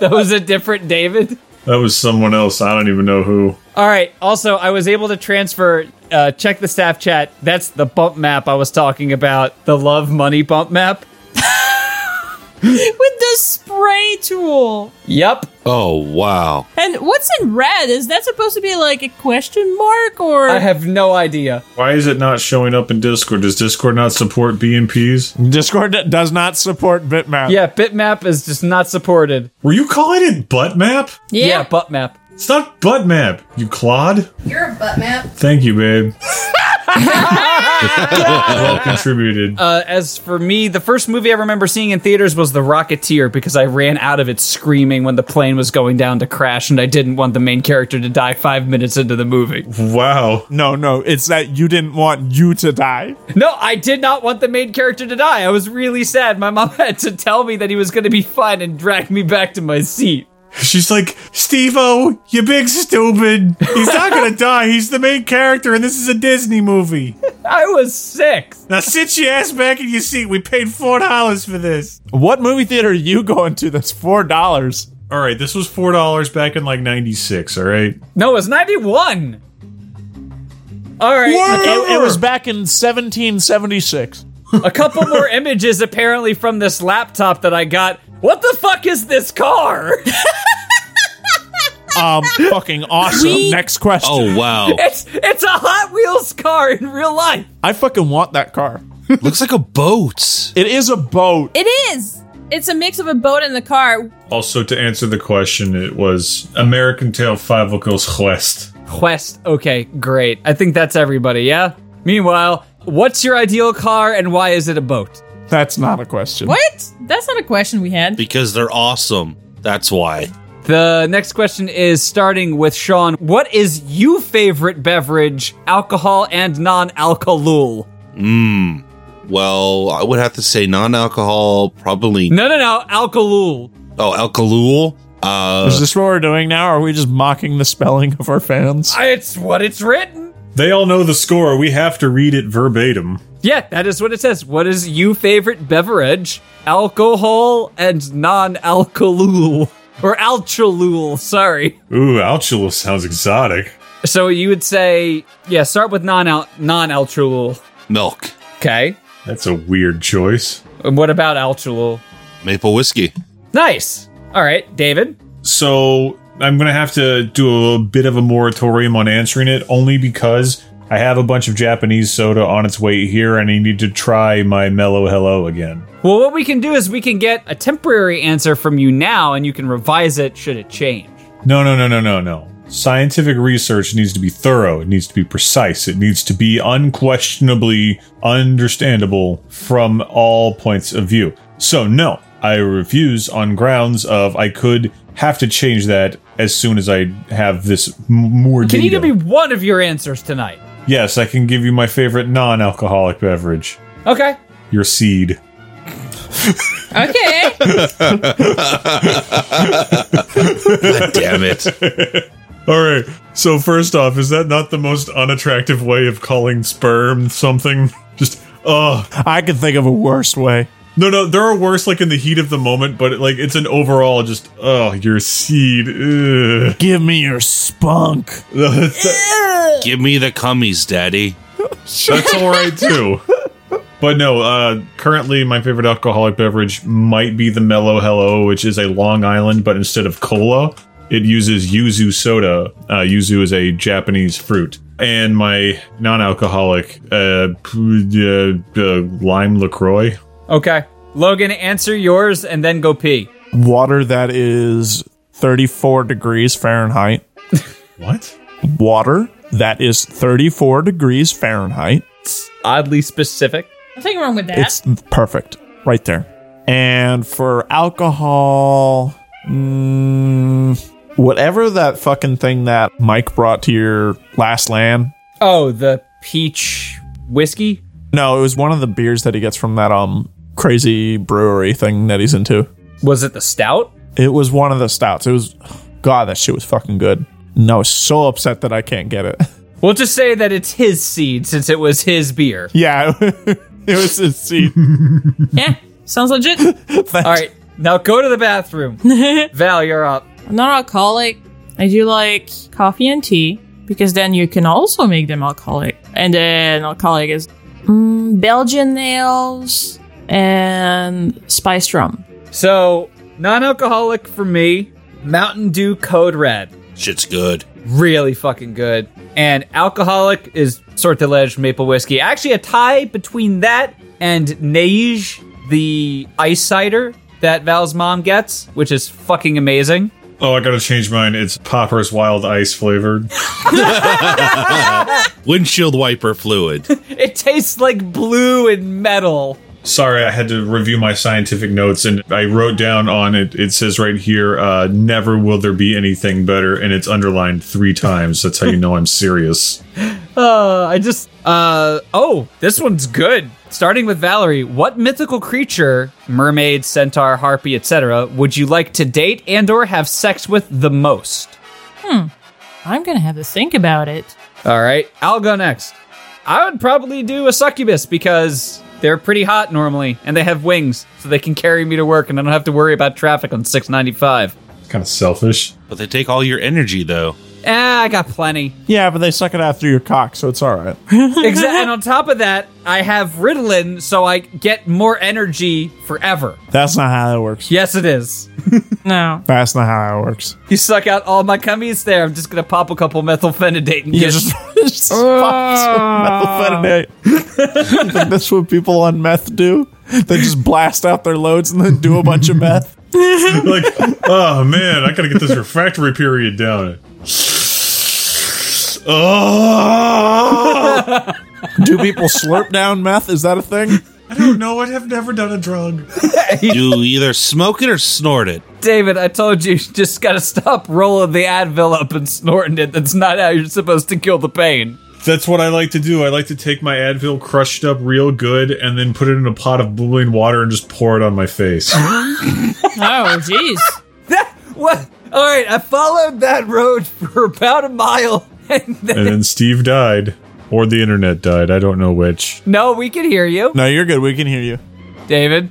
Speaker 1: That was a different David.
Speaker 4: That was someone else. I don't even know who.
Speaker 1: All right. Also, I was able to transfer. Uh, check the staff chat. That's the bump map I was talking about. The love money bump map.
Speaker 3: With the spray tool.
Speaker 1: Yep.
Speaker 5: Oh wow.
Speaker 3: And what's in red? Is that supposed to be like a question mark or
Speaker 1: I have no idea.
Speaker 4: Why is it not showing up in Discord? Does Discord not support BMPs?
Speaker 2: Discord does not support bitmap.
Speaker 1: Yeah, bitmap is just not supported.
Speaker 4: Were you calling it butt map?
Speaker 1: Yeah, butt map.
Speaker 4: It's not butt map. You clod.
Speaker 7: You're a butt map.
Speaker 4: Thank
Speaker 7: [LAUGHS]
Speaker 4: you, babe. well contributed.
Speaker 1: Uh, as for me, the first movie I remember seeing in theaters was The Rocketeer because I ran out of it screaming when the plane was going down to crash, and I didn't want the main character to die five minutes into the movie.
Speaker 4: wow.
Speaker 2: No, no, it's that you didn't want you to die.
Speaker 1: No, I did not want the main character to die. I was really sad. My mom [LAUGHS] had to tell me that he was going to be fine and drag me back to my seat.
Speaker 4: She's like, Steve O, you big stupid. He's not [LAUGHS] gonna die. He's the main character, and this is a Disney movie.
Speaker 1: I was six.
Speaker 4: Now sit your ass back in your seat. We paid four dollars for this.
Speaker 2: What movie theater are you going to that's $4?
Speaker 4: Alright, this was four dollars back in like ninety-six, alright?
Speaker 1: No, it was 91. All right.
Speaker 2: It, it was back in 1776.
Speaker 1: A couple more images apparently from this laptop that I got. What the fuck is this car? [LAUGHS]
Speaker 2: Um, fucking awesome. Next question.
Speaker 5: Oh wow.
Speaker 1: It's it's a Hot Wheels car in real life.
Speaker 2: I fucking want that car.
Speaker 5: Looks like a boat.
Speaker 2: It is a boat.
Speaker 3: It is. It's a mix of a boat and the car.
Speaker 4: Also to answer the question, it was American Tail Five Vocals Quest.
Speaker 1: Quest. Okay, great. I think that's everybody, yeah? Meanwhile, what's your ideal car and why is it a boat?
Speaker 2: That's not a question.
Speaker 3: What? That's not a question we had.
Speaker 5: Because they're awesome. That's why.
Speaker 1: The next question is starting with Sean. What is your favorite beverage, alcohol and non-alcohol?
Speaker 5: Well, I would have to say non-alcohol, probably.
Speaker 1: No, no, no, alcohol.
Speaker 5: Oh, alkalool. Uh,
Speaker 2: Is this what we're doing now? Or are we just mocking the spelling of our fans?
Speaker 1: It's what it's written.
Speaker 4: They all know the score. We have to read it verbatim.
Speaker 1: Yeah, that is what it says. What is your favorite beverage, alcohol and non-alcohol or alcohol? Sorry.
Speaker 4: Ooh, Altula sounds exotic.
Speaker 1: So you would say, yeah, start with non non-alcohol.
Speaker 5: milk,
Speaker 1: Okay.
Speaker 4: That's a weird choice.
Speaker 1: And what about alcohol?
Speaker 5: maple whiskey.
Speaker 1: Nice. All right, David.
Speaker 4: So I'm going to have to do a bit of a moratorium on answering it only because I have a bunch of Japanese soda on its way here and I need to try my mellow hello again.
Speaker 1: Well, what we can do is we can get a temporary answer from you now, and you can revise it should it change.
Speaker 4: No, no, no, no, no, no. Scientific research needs to be thorough, it needs to be precise, it needs to be unquestionably understandable from all points of view. So, no, I refuse on grounds of I could have to change that as soon as I have this m- more
Speaker 1: Can you
Speaker 4: data.
Speaker 1: give me one of your answers tonight?
Speaker 4: Yes, I can give you my favorite non alcoholic beverage
Speaker 1: Okay.
Speaker 4: your seed.
Speaker 3: Okay.
Speaker 5: Damn it.
Speaker 4: All right. So first off, is that not the most unattractive way of calling sperm something? [LAUGHS] Just uh
Speaker 2: I can think of a worse way.
Speaker 4: no no there are worse like in the heat of the moment, but like it's an overall just oh your seed. Ugh.
Speaker 2: Give me your spunk.
Speaker 5: Give me the cummies, daddy.
Speaker 4: That's all right too. But no, uh, currently my favorite alcoholic beverage might be the Mellow Hello, which is a Long Island, but instead of cola, it uses yuzu soda. Uh, yuzu is a Japanese fruit. And my non alcoholic, uh, p- uh, uh, lime LaCroix.
Speaker 1: Okay. Logan, answer yours and then go pee.
Speaker 2: Water that is 34 degrees Fahrenheit.
Speaker 4: What?
Speaker 2: Water that is 34 degrees Fahrenheit.
Speaker 1: Oddly specific.
Speaker 3: Nothing wrong with that.
Speaker 2: It's perfect right there. And for alcohol, mm, whatever that fucking thing that Mike brought to your last land.
Speaker 1: Oh, the peach whiskey?
Speaker 2: No, it was one of the beers that he gets from that um crazy brewery thing that he's into.
Speaker 1: Was it the stout?
Speaker 2: It was one of the stouts. It was, God, that shit was fucking good. And I was so upset that I can't get it. [LAUGHS]
Speaker 1: We'll just say that it's his seed since it was his beer.
Speaker 2: Yeah, [LAUGHS] it was his seed.
Speaker 3: yeah, sounds legit.
Speaker 1: All right, now go to the bathroom. Val, you're up.
Speaker 3: I'm not alcoholic. I do like coffee and tea because then you can also make them alcoholic. And then alcoholic is mm, Belgian nails and spice rum.
Speaker 1: So, non alcoholic for me, Mountain Dew Code Red.
Speaker 5: Shit's good.
Speaker 1: Really fucking good. And alcoholic is Sortilege Maple Whiskey. Actually, a tie between that and Neige, the ice cider that Val's mom gets, which is fucking amazing.
Speaker 4: Oh, I gotta change mine. It's Popper's Wild Ice flavored.
Speaker 5: Windshield wiper fluid.
Speaker 1: It tastes like blue and metal.
Speaker 4: Sorry, I had to review my scientific notes and I wrote down on it, it says right here, uh, never will there be anything better, and it's underlined three times. That's how you know I'm serious.
Speaker 1: Uh, I just. Uh, oh, this one's good. Starting with Valerie, what mythical creature, mermaid, centaur, harpy, etc., would you like to date and or have sex with the most?
Speaker 3: I'm gonna have to think about it.
Speaker 1: All right, I'll go next. I would probably do a succubus because they're pretty hot normally and they have wings, so they can carry me to work and I don't have to worry about traffic on 695.
Speaker 4: kind of selfish. [LAUGHS]
Speaker 5: But they take all your energy, though.
Speaker 1: Ah, I got [LAUGHS] plenty.
Speaker 2: Yeah, but they suck it out through your cock, so it's all right.
Speaker 1: Exa- and on top of that, I have Ritalin, so I get more energy forever.
Speaker 2: That's not how that works.
Speaker 1: Yes, it is.
Speaker 3: No.
Speaker 2: That's not how that works.
Speaker 1: You suck out all my cummies there. I'm just gonna pop a couple methylphenidate and
Speaker 2: You
Speaker 1: get. [LAUGHS]
Speaker 2: just, just methylphenidate. Like, [LAUGHS] That's what people on meth do. They just blast out their loads and then do a bunch of meth.
Speaker 4: like, oh man, I gotta get this refractory period down. Oh,
Speaker 2: Do people slurp down meth? Is that a thing?
Speaker 4: I don't know. I have never done a drug.
Speaker 5: You either smoke it or snort it.
Speaker 1: David, I told you, you just gotta stop rolling the Advil up and snorting it. That's not how you're supposed to kill the pain.
Speaker 4: That's what I like to do. I like to take my Advil, crushed up real good, and then put it in a pot of boiling water and just pour it on my face.
Speaker 3: Oh, jeez.
Speaker 1: What? All right, I followed that road [LAUGHS] for about a mile, and then
Speaker 4: and then Steve died, or the internet died. I don't know which.
Speaker 1: no, we can hear you,
Speaker 2: No, you're good. We can hear you.
Speaker 1: David.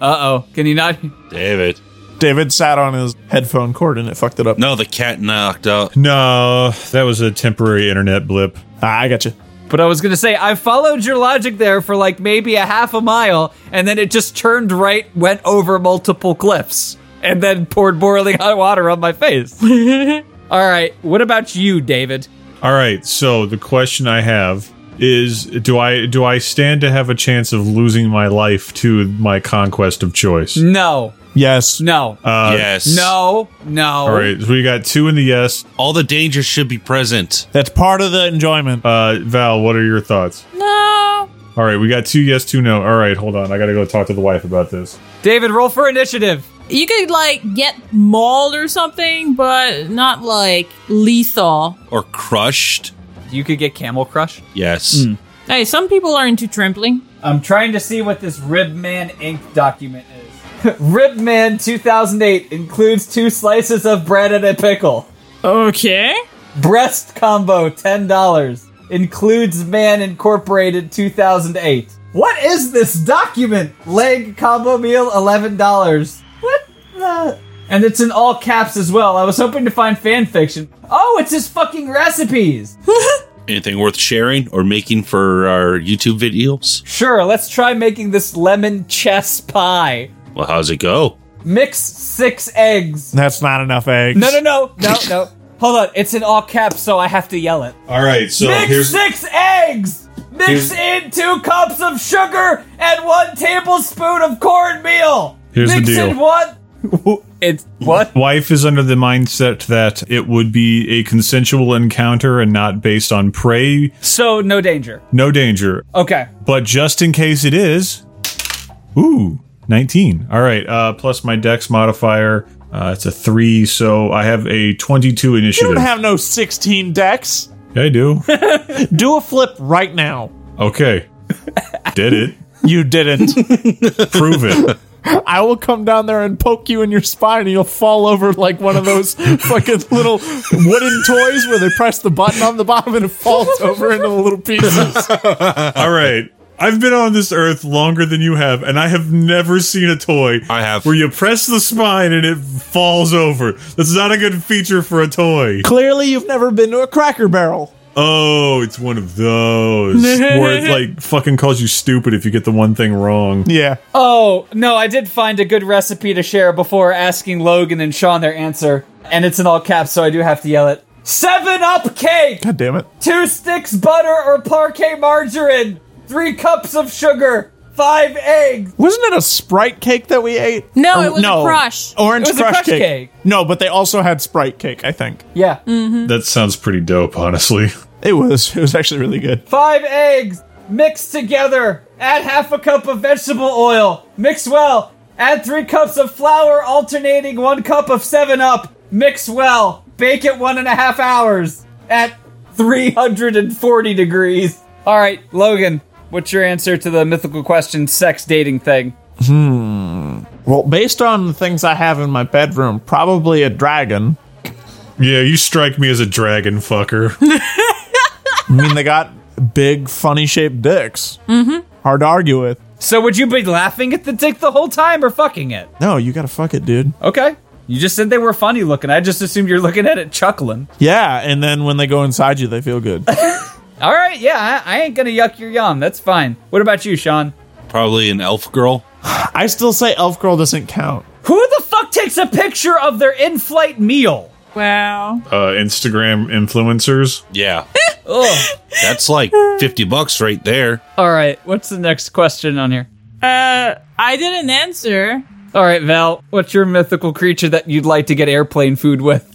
Speaker 1: Uh oh, can you not?
Speaker 5: David.
Speaker 2: David sat on his headphone cord and it fucked it up.
Speaker 5: No, the cat knocked out.
Speaker 4: No, that was a temporary internet blip.
Speaker 2: Ah, I got you.
Speaker 1: But I was gonna say I followed your logic there for like maybe a half a mile, and then it just turned right, went over multiple cliffs, and then poured boiling hot water on my face. All right, what about you, David?
Speaker 4: All right. So the question I have is: Do I do I stand to have a chance of losing my life to my conquest of choice?
Speaker 1: No,
Speaker 2: Yes.
Speaker 1: no,
Speaker 5: yes.
Speaker 1: no, no.
Speaker 4: Uh, All right, so we got two in the yes.
Speaker 5: All the dangers should be present.
Speaker 2: That's part of the enjoyment.
Speaker 4: Uh, Val, what are your thoughts?
Speaker 3: No.
Speaker 4: All right, we got two yes, two no. All right, hold on, I gotta go talk to the wife about this.
Speaker 1: David, roll for initiative.
Speaker 3: You could like get mauled or something, but not like lethal.
Speaker 5: Or crushed.
Speaker 1: You could get camel crush.
Speaker 5: Yes.
Speaker 3: Hey, some people are into trampling.
Speaker 1: I'm trying to see what this Ribman Inc. document is. [LAUGHS] Ribman 2008 includes two slices of bread and a pickle.
Speaker 3: Okay.
Speaker 1: Breast combo $10. Includes Man Incorporated 2008. What is this document? Leg combo meal $11. What the? And it's in all caps as well. I was hoping to find fan fiction. Oh, it's his fucking recipes.
Speaker 5: Anything worth sharing or making for our YouTube videos?
Speaker 1: Sure, let's try making this lemon chess pie.
Speaker 5: Well, how's it go?
Speaker 1: Mix six eggs.
Speaker 2: That's not enough eggs.
Speaker 1: No, no, no, no, no. Hold on, it's in all caps, so I have to yell it.
Speaker 4: All right, so
Speaker 1: Mix
Speaker 4: here's
Speaker 1: six eggs! Mix in two cups of sugar and one tablespoon of cornmeal!
Speaker 4: Here's the
Speaker 1: Mix in
Speaker 4: deal.
Speaker 1: one. it's what?
Speaker 4: wife is under the mindset that it would be a consensual encounter and not based on prey,
Speaker 1: So, no danger.
Speaker 4: no danger.
Speaker 1: Okay.
Speaker 4: But just in case it is, ooh, 19. All right, uh, plus my dex modifier. Uh, it's a three, so I have a 22
Speaker 2: You
Speaker 4: initiative.
Speaker 2: don't have no 16 decks. [LAUGHS]
Speaker 4: I do.
Speaker 2: Do a flip right now.
Speaker 4: Okay. Did it.
Speaker 2: You didn't. [LAUGHS]
Speaker 4: Prove it.
Speaker 2: I will come down there and poke you in your spine, and you'll fall over like one of [LAUGHS] those fucking little wooden toys where they press the button on the bottom and it [LAUGHS] falls over into little pieces.
Speaker 4: All right. I've been on this earth longer than you have, and I have never seen a toy.
Speaker 5: I have.
Speaker 4: Where you press the spine and it falls over. That's not a good feature for a toy.
Speaker 2: Clearly, you've never been to a Cracker Barrel.
Speaker 4: Oh, it's one
Speaker 2: [LAUGHS]
Speaker 4: of those. where it like fucking calls you stupid if you get the one thing wrong.
Speaker 2: Yeah.
Speaker 1: Oh, no, I did find a good recipe to share before asking Logan and Sean their answer. And it's in all caps, so I do have to yell it. Seven up cake!
Speaker 2: God damn it.
Speaker 1: two sticks butter or parquet margarine, three cups of sugar, five eggs.
Speaker 2: Wasn't it a Sprite cake that we ate?
Speaker 3: No,
Speaker 2: Or-
Speaker 3: it was a crush.
Speaker 2: Orange
Speaker 1: It was a
Speaker 2: crush,
Speaker 1: crush
Speaker 2: cake.
Speaker 1: cake.
Speaker 2: No, but they also had Sprite cake. I think
Speaker 1: Yeah,
Speaker 4: That sounds pretty dope, honestly. [LAUGHS]
Speaker 2: it was. It was actually really good.
Speaker 1: five eggs mixed together. Add half a cup of vegetable oil. Mix well. Add three cups of flour, alternating one cup of Seven Up. Mix well. Bake it one and a half hours at 340 degrees. All right, Logan, what's your answer to the mythical question, sex dating thing?
Speaker 2: Well, based on the things I have in my bedroom, probably a dragon.
Speaker 4: Yeah, you strike me as a dragon fucker.
Speaker 2: I mean, they got big, funny shaped dicks. Mm-hmm. Hard to argue with.
Speaker 1: So, would you be laughing at the dick the whole time or fucking it?
Speaker 2: No, you gotta fuck it, dude.
Speaker 1: Okay. You just said they were funny looking. I just assumed you're looking at it chuckling.
Speaker 2: Yeah, and then when they go inside you, they feel good.
Speaker 1: All right, yeah, I, I ain't gonna yuck your yum. That's fine. What about you, Sean?
Speaker 5: Probably an elf girl.
Speaker 2: [LAUGHS] I still say Elf Girl doesn't count.
Speaker 1: Who the fuck takes a picture of their in-flight meal?
Speaker 3: Wow.
Speaker 4: Uh, Instagram influencers.
Speaker 5: Yeah.
Speaker 1: Ugh.
Speaker 5: That's like 50 bucks right there.
Speaker 1: All right, what's the next question on here?
Speaker 3: Uh, I didn't answer.
Speaker 1: All right, Val, what's your mythical creature that you'd like to get airplane food with?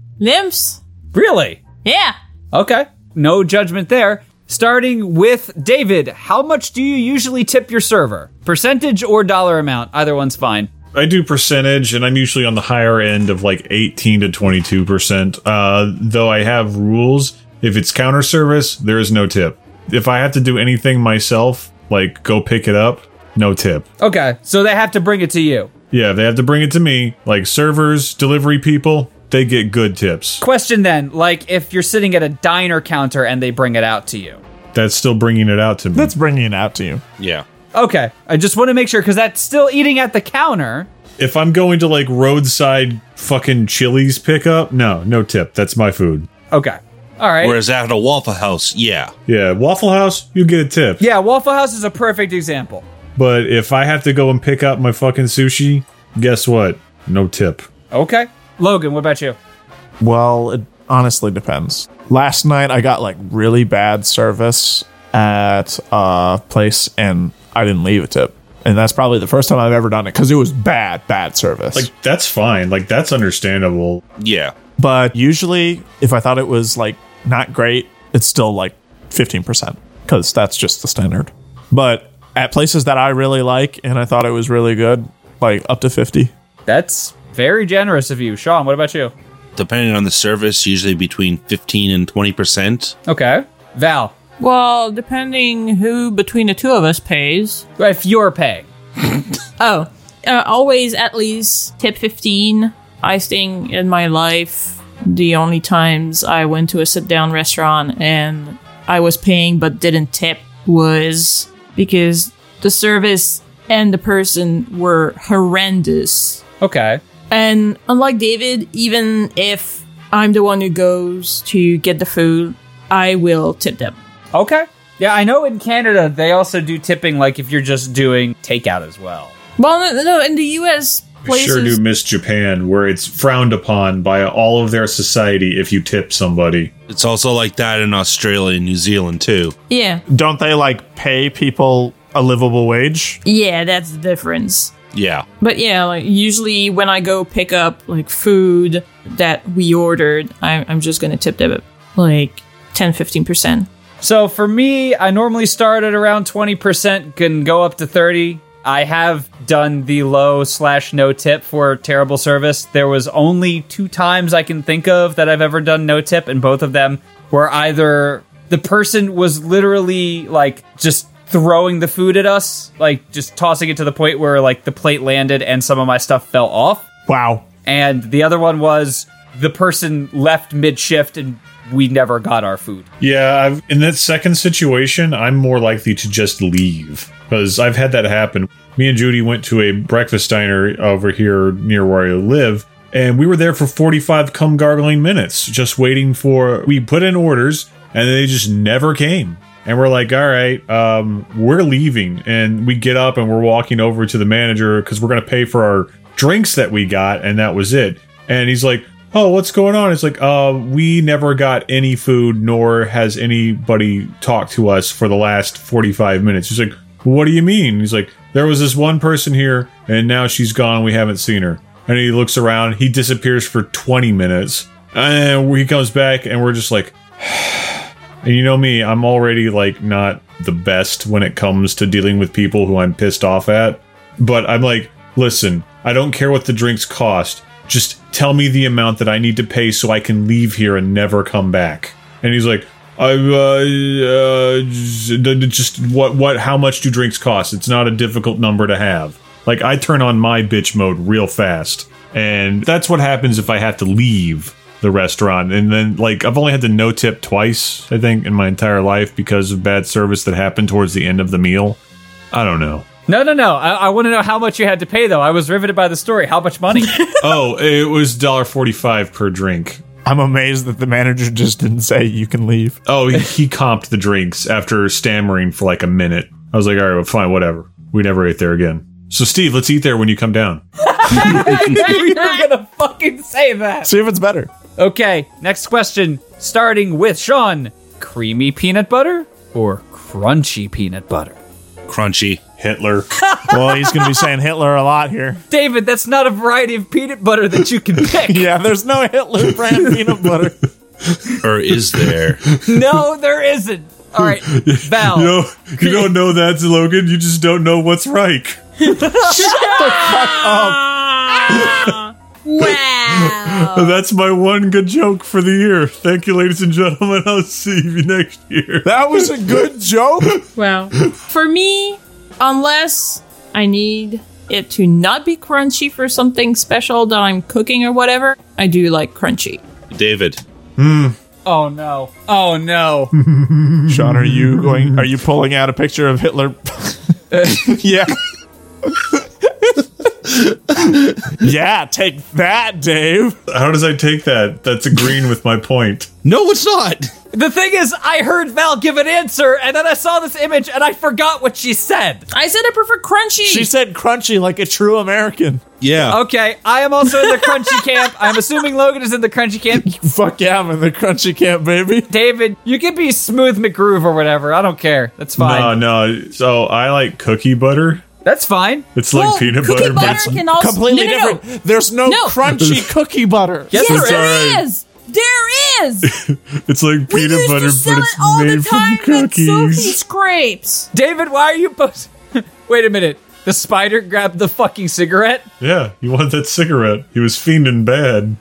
Speaker 1: [LAUGHS]
Speaker 3: Nymphs.
Speaker 1: really?
Speaker 3: Yeah.
Speaker 1: Okay. No judgment there. Starting with David, how much do you usually tip your server? Percentage or dollar amount? Either one's fine.
Speaker 4: I do percentage, and I'm usually on the higher end of like 18 to 22 percent. Uh, though I have rules. If it's counter service, there is no tip. If I have to do anything myself, like go pick it up, no tip.
Speaker 1: Okay, so they have to bring it to you.
Speaker 4: Yeah, they have to bring it to me. Like servers, delivery people, they get good tips.
Speaker 1: Question then, like if you're sitting at a diner counter and they bring it out to you.
Speaker 4: That's still bringing it out to me.
Speaker 2: That's bringing it out to you.
Speaker 5: Yeah.
Speaker 1: Okay, I just want to make sure because that's still eating at the counter.
Speaker 4: if I'm going to like roadside fucking Chili's pickup, no, no tip. That's my food.
Speaker 1: Okay, all right.
Speaker 5: Whereas at a Waffle House, yeah.
Speaker 4: Yeah, Waffle House, you get a tip.
Speaker 1: yeah, Waffle House is a perfect example.
Speaker 4: But if I have to go and pick up my fucking sushi, guess what? No tip.
Speaker 1: Okay, Logan, what about you?
Speaker 2: Well, it honestly depends. Last night I got like really bad service at a place and I didn't leave a tip. And that's probably the first time I've ever done it because it was bad, bad service.
Speaker 4: Like that's fine. Like that's understandable.
Speaker 5: Yeah.
Speaker 2: but usually, if I thought it was like not great, it's still like 15% because that's just the standard. But at places that I really like and I thought it was really good, like up to 50.
Speaker 1: That's very generous of you, Sean. What about you?
Speaker 5: Depending on the service, usually between 15 and 20%.
Speaker 1: Okay, Val,
Speaker 3: Well, depending who between the two of us pays.
Speaker 1: If you're paying.
Speaker 3: Oh, uh, always at least tip 15. I think in my life, the only times I went to a sit down restaurant and I was paying but didn't tip was because the service and the person were horrendous.
Speaker 1: Okay.
Speaker 3: And unlike David, even if I'm the one who goes to get the food, I will tip them.
Speaker 1: Okay. Yeah, I know in Canada they also do tipping like if you're just doing takeout as well.
Speaker 3: Well, no, no in the US
Speaker 4: I
Speaker 3: places.
Speaker 4: Sure do miss Japan, where it's frowned upon by all of their society if you tip somebody.
Speaker 5: It's also like that in Australia and New Zealand too.
Speaker 3: yeah.
Speaker 2: Don't they like pay people a livable wage?
Speaker 3: Yeah, that's the difference.
Speaker 5: Yeah.
Speaker 3: But yeah, like usually when I go pick up like food that we ordered, I'm, I'm just gonna tip them like 10, 15 percent.
Speaker 1: So for me, I normally start at around 20%, can go up to 30. I have done the low slash no tip for terrible service. There was only two times I can think of that I've ever done no tip, and both of them were either the person was literally like just throwing the food at us, like just tossing it to the point where like the plate landed and some of my stuff fell off.
Speaker 2: Wow.
Speaker 1: And the other one was the person left mid shift and we never got our food.
Speaker 4: Yeah, I've, in that second situation, I'm more likely to just leave because I've had that happen. Me and Judy went to a breakfast diner over here near where I live, and we were there for 45 cum gargling minutes just waiting for. We put in orders, and they just never came. And we're like, all right, um, we're leaving. And we get up and we're walking over to the manager because we're going to pay for our drinks that we got. And that was it. And he's like, oh, what's going on? It's like, uh, we never got any food, nor has anybody talked to us for the last 45 minutes. He's like, what do you mean? He's like, there was this one person here and now she's gone. We haven't seen her. And he looks around, he disappears for 20 minutes. And he comes back and we're just like, [SIGHS] and you know me, I'm already like not the best when it comes to dealing with people who I'm pissed off at. But I'm like, listen, I don't care what the drinks cost. Just tell me the amount that I need to pay so I can leave here and never come back. And he's like, I uh, uh j- d- d- just what what how much do drinks cost? It's not a difficult number to have. Like I turn on my bitch mode real fast. And that's what happens if I have to leave the restaurant. And then like I've only had to no tip twice, I think, in my entire life because of bad service that happened towards the end of the meal. I don't know.
Speaker 1: No, no, no. I, I want to know how much you had to pay, though. I was riveted by the story. How much money? [LAUGHS]
Speaker 4: oh, it was dollar forty five per drink.
Speaker 2: I'm amazed that the manager just didn't say you can leave.
Speaker 4: Oh, he, he comped the drinks after stammering for like a minute. I was like, all right, well, fine, whatever. We never ate there again. So, Steve, let's eat there when you come down.
Speaker 1: you were gonna fucking say that.
Speaker 2: See if it's better.
Speaker 1: Okay, next question. Starting with Sean: creamy peanut butter or crunchy peanut butter?
Speaker 5: Crunchy.
Speaker 4: Hitler.
Speaker 2: Well, he's going to be saying Hitler a lot here.
Speaker 1: David, that's not a variety of peanut butter that you can pick.
Speaker 2: Yeah, there's no Hitler brand peanut butter.
Speaker 5: Or is there?
Speaker 1: No, there isn't. All right, Val.
Speaker 4: [LAUGHS] you don't know that, Logan. You just don't know what's Reich.
Speaker 3: Wow.
Speaker 4: That's my one good joke for the year. Thank you, ladies and gentlemen. [LAUGHS] I'll see you next year.
Speaker 2: That was a good joke.
Speaker 4: [LAUGHS]
Speaker 3: wow. For me, unless I need it to not be crunchy for something special that I'm cooking or whatever, I do like crunchy.
Speaker 5: David.
Speaker 1: Oh no. Oh no.
Speaker 2: Sean, are you going? Are you pulling out a picture of Hitler? [LAUGHS] yeah. yeah, take that, Dave.
Speaker 4: How does I take that? That's agreeing with my point.
Speaker 5: No, it's not.
Speaker 1: the thing is, I heard Val give an answer, and then I saw this image, and I forgot what she said.
Speaker 3: I said I prefer crunchy.
Speaker 2: She said crunchy like a true American.
Speaker 5: Yeah.
Speaker 1: Okay, I am also in the crunchy camp. I'm assuming Logan is in the crunchy camp.
Speaker 2: Fuck yeah, I'm in the crunchy camp, baby.
Speaker 1: David, you can be smooth McGroove or whatever. I don't care. That's fine.
Speaker 4: No, no. So I like cookie butter.
Speaker 1: That's fine.
Speaker 4: It's
Speaker 3: Well,
Speaker 4: like peanut
Speaker 3: cookie
Speaker 4: butter, but
Speaker 3: butter
Speaker 4: it's
Speaker 3: can also
Speaker 2: Completely
Speaker 3: no, no, no.
Speaker 2: different. There's no,
Speaker 3: No.
Speaker 2: crunchy cookie butter.
Speaker 1: Yes,
Speaker 3: Yes,
Speaker 1: it's
Speaker 3: there is. There is.
Speaker 4: It's like
Speaker 3: We
Speaker 4: [LAUGHS] peanut
Speaker 3: used
Speaker 4: butter,
Speaker 3: to
Speaker 4: but
Speaker 3: sell it
Speaker 4: it's
Speaker 3: all
Speaker 4: made
Speaker 3: the time
Speaker 4: from
Speaker 3: at
Speaker 4: cookies.
Speaker 3: Sophie's Crepes.
Speaker 1: David, why are you post? [LAUGHS] Wait a minute. The spider grabbed the fucking cigarette.
Speaker 4: Yeah, you want that cigarette? He was fiending bad.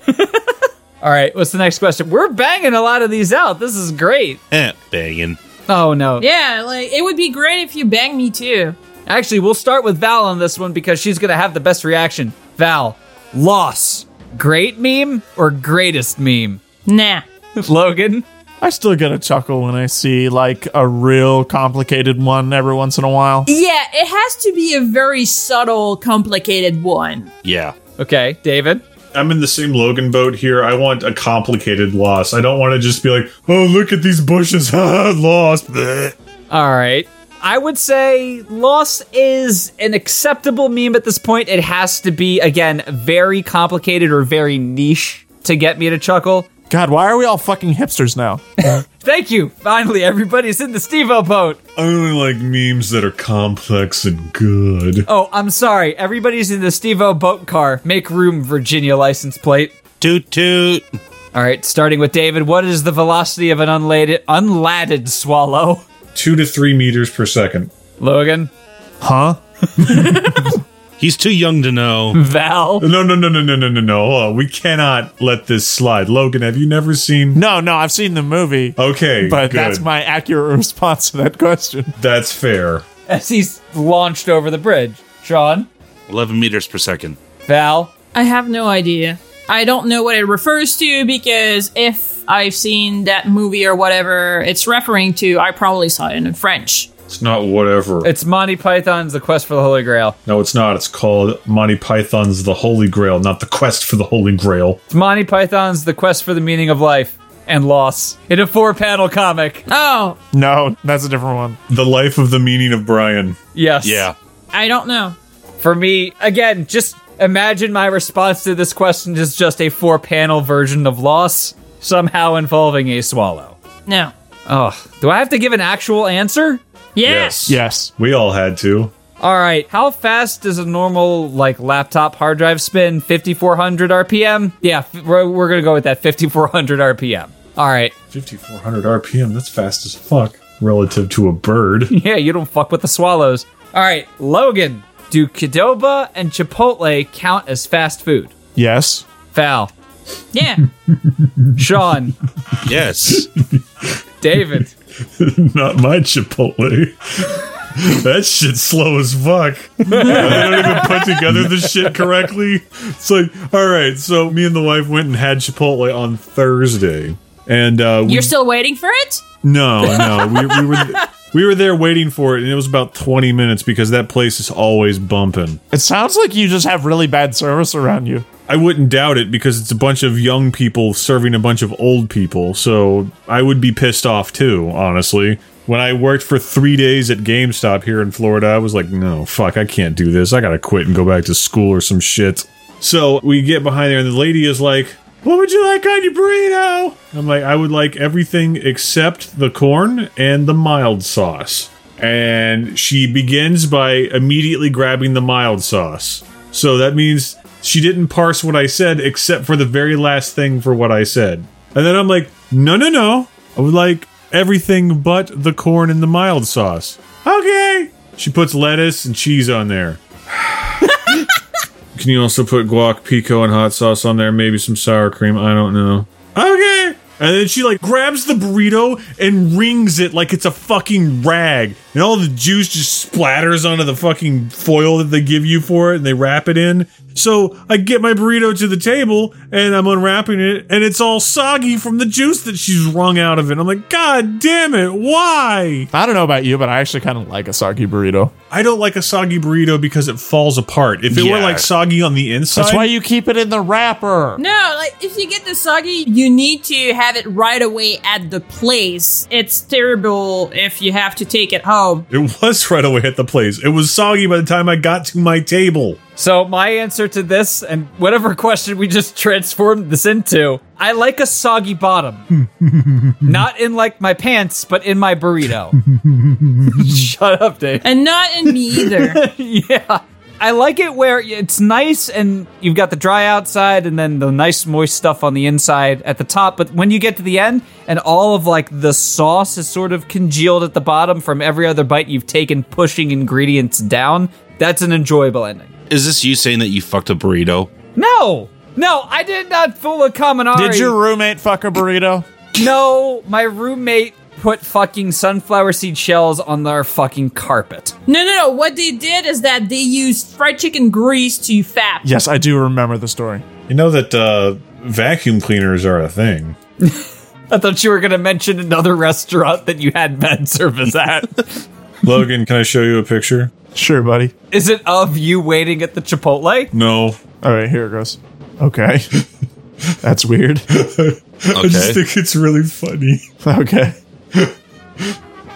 Speaker 1: All right, what's the next question? We're banging a lot of these out. This is great.
Speaker 5: Eh, banging.
Speaker 1: Oh no.
Speaker 3: Yeah, like it would be great if you banged me too.
Speaker 1: Actually, we'll start with Val on this one because she's gonna have the best reaction. Val, loss. Great meme or greatest meme? [LAUGHS]
Speaker 3: Nah.
Speaker 1: Logan.
Speaker 2: I still get a chuckle when I see like a real complicated one every once in a while.
Speaker 3: Yeah, it has to be a very subtle, complicated one.
Speaker 5: Yeah.
Speaker 1: Okay, David.
Speaker 4: I'm in the same Logan boat here. I want a complicated loss. I don't want to just be like, oh, look at these bushes. [LAUGHS] Ha, loss. Bleh.
Speaker 1: All right. I would say loss is an acceptable meme at this point. It has to be, again, very complicated or very niche to get me to chuckle.
Speaker 2: God, why are we all fucking hipsters now?
Speaker 1: Thank you. Finally, everybody's in the Stevo boat.
Speaker 4: I only like memes that are complex and good.
Speaker 1: Oh, I'm sorry. Everybody's in the Stevo boat car. Make room, Virginia license plate.
Speaker 5: Toot toot.
Speaker 1: All right, starting with David. What is the velocity of an unladed, unladded swallow? [LAUGHS]
Speaker 4: Two to three meters per second.
Speaker 1: Logan,
Speaker 2: Huh?
Speaker 5: He's too young to know.
Speaker 1: Val.
Speaker 4: No, no, no, no, no, no, no, no. Hold on. We cannot let this slide. Logan, have you never seen?
Speaker 2: No, no, I've seen the movie.
Speaker 4: Okay,
Speaker 2: But
Speaker 4: good.
Speaker 2: that's my accurate [LAUGHS] response to that question.
Speaker 4: That's fair.
Speaker 1: As he's launched over the bridge. Sean,
Speaker 5: 11 meters per second.
Speaker 1: Val.
Speaker 3: I have no idea. I don't know what it refers to because if I've seen that movie or whatever it's referring to, I probably saw it in French.
Speaker 4: It's not whatever.
Speaker 1: It's Monty Python's The Quest for the Holy Grail.
Speaker 4: no, it's not. It's called Monty Python's The Holy Grail, not the Quest for the Holy Grail.
Speaker 1: It's Monty Python's The Quest for the Meaning of Life and Loss in a four panel comic.
Speaker 3: Oh,
Speaker 2: No, that's a different one.
Speaker 4: The Life of the Meaning of Brian.
Speaker 1: Yes.
Speaker 5: Yeah.
Speaker 3: I don't know.
Speaker 1: For me, again, just imagine my response to this question is just a four panel version of Loss, somehow involving a swallow.
Speaker 3: No.
Speaker 1: Oh, do I have to give an actual answer?
Speaker 3: Yes.
Speaker 2: Yes.
Speaker 4: We all had to.
Speaker 1: All right. How fast does a normal like laptop hard drive spin? 5400 RPM? Yeah, f- we're, we're going to go with that 5400 RPM. All right.
Speaker 4: 5400 RPM. That's fast as fuck relative to a bird. [LAUGHS]
Speaker 1: Yeah, you don't fuck with the swallows. All right, Logan. Do Qdoba and Chipotle count as fast food?
Speaker 2: Yes.
Speaker 1: Val,
Speaker 3: Yeah.
Speaker 1: Sean,
Speaker 5: [LAUGHS] Yes.
Speaker 1: David.
Speaker 4: Not my Chipotle. [LAUGHS] that shit's slow as fuck. [LAUGHS] they don't even put together the shit correctly. It's like, all right, so me and the wife went and had Chipotle on Thursday. And uh, we,
Speaker 3: You're still waiting for it?
Speaker 4: no, no, we, we were we were there waiting for it, and it was about twenty minutes because that place is always bumping.
Speaker 2: It sounds like you just have really bad service around you.
Speaker 4: I wouldn't doubt it because it's a bunch of young people serving a bunch of old people. So I would be pissed off too, honestly. When I worked for three days at GameStop here in Florida, I was like, no, fuck, I can't do this. I gotta quit and go back to school or some shit. So we get behind there, and the lady is like, What would you like on your burrito? I'm like, I would like everything except the corn and the mild sauce. And she begins by immediately grabbing the mild sauce. So that means she didn't parse what I said except for the very last thing for what I said. And then I'm like, No, no, no. I would like everything but the corn and the mild sauce. Okay. She puts lettuce and cheese on there. Can you also put guac, pico, and hot sauce on there? Maybe some sour cream. I don't know. Okay. And then she like grabs the burrito and wrings it like it's a fucking rag, and all the juice just splatters onto the fucking foil that they give you for it, and they wrap it in. So I get my burrito to the table, and I'm unwrapping it, and it's all soggy from the juice that she's wrung out of it. I'm like, God damn it, why?
Speaker 2: I don't know about you, but I actually kind of like a soggy burrito.
Speaker 4: I don't like a soggy burrito because it falls apart. If it were
Speaker 5: Yeah.
Speaker 4: like soggy on the inside,
Speaker 2: That's why you keep it in the wrapper.
Speaker 3: No, like if you get the soggy, you need to have it right away at the place. It's terrible if you have to take it home.
Speaker 4: It was [LAUGHS] right away at the place. It was soggy by the time I got to my table.
Speaker 1: So my answer to this and whatever question we just transformed this into, I like a soggy bottom. Not in like my pants, but in my burrito. Shut up, Dave.
Speaker 3: And not in me either.
Speaker 1: yeah. I like it where it's nice and you've got the dry outside and then the nice moist stuff on the inside at the top. But when you get to the end and all of like the sauce is sort of congealed at the bottom from every other bite you've taken, pushing ingredients down, that's an enjoyable ending.
Speaker 5: Is this you saying that you fucked a burrito?
Speaker 1: No, no, I did not fool a Kaminari. [LAUGHS]
Speaker 2: Did your roommate fuck a burrito?
Speaker 1: No, my roommate put fucking sunflower seed shells on their fucking carpet.
Speaker 3: No, no, no. What they did is that they used fried chicken grease to fap.
Speaker 2: Yes, I do remember the story.
Speaker 4: You know that uh, vacuum cleaners are a [LAUGHS] thing.
Speaker 1: I thought you were going to mention another restaurant that you had bed service at.
Speaker 4: Logan, can I show you a picture?
Speaker 2: Sure, buddy.
Speaker 1: Is it of you waiting at the Chipotle?
Speaker 4: No.
Speaker 2: All right, here it goes. Okay. [LAUGHS] That's weird. [LAUGHS]
Speaker 4: [LAUGHS] I just
Speaker 5: Okay.
Speaker 4: think it's really funny. [LAUGHS]
Speaker 2: Okay.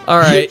Speaker 1: All right.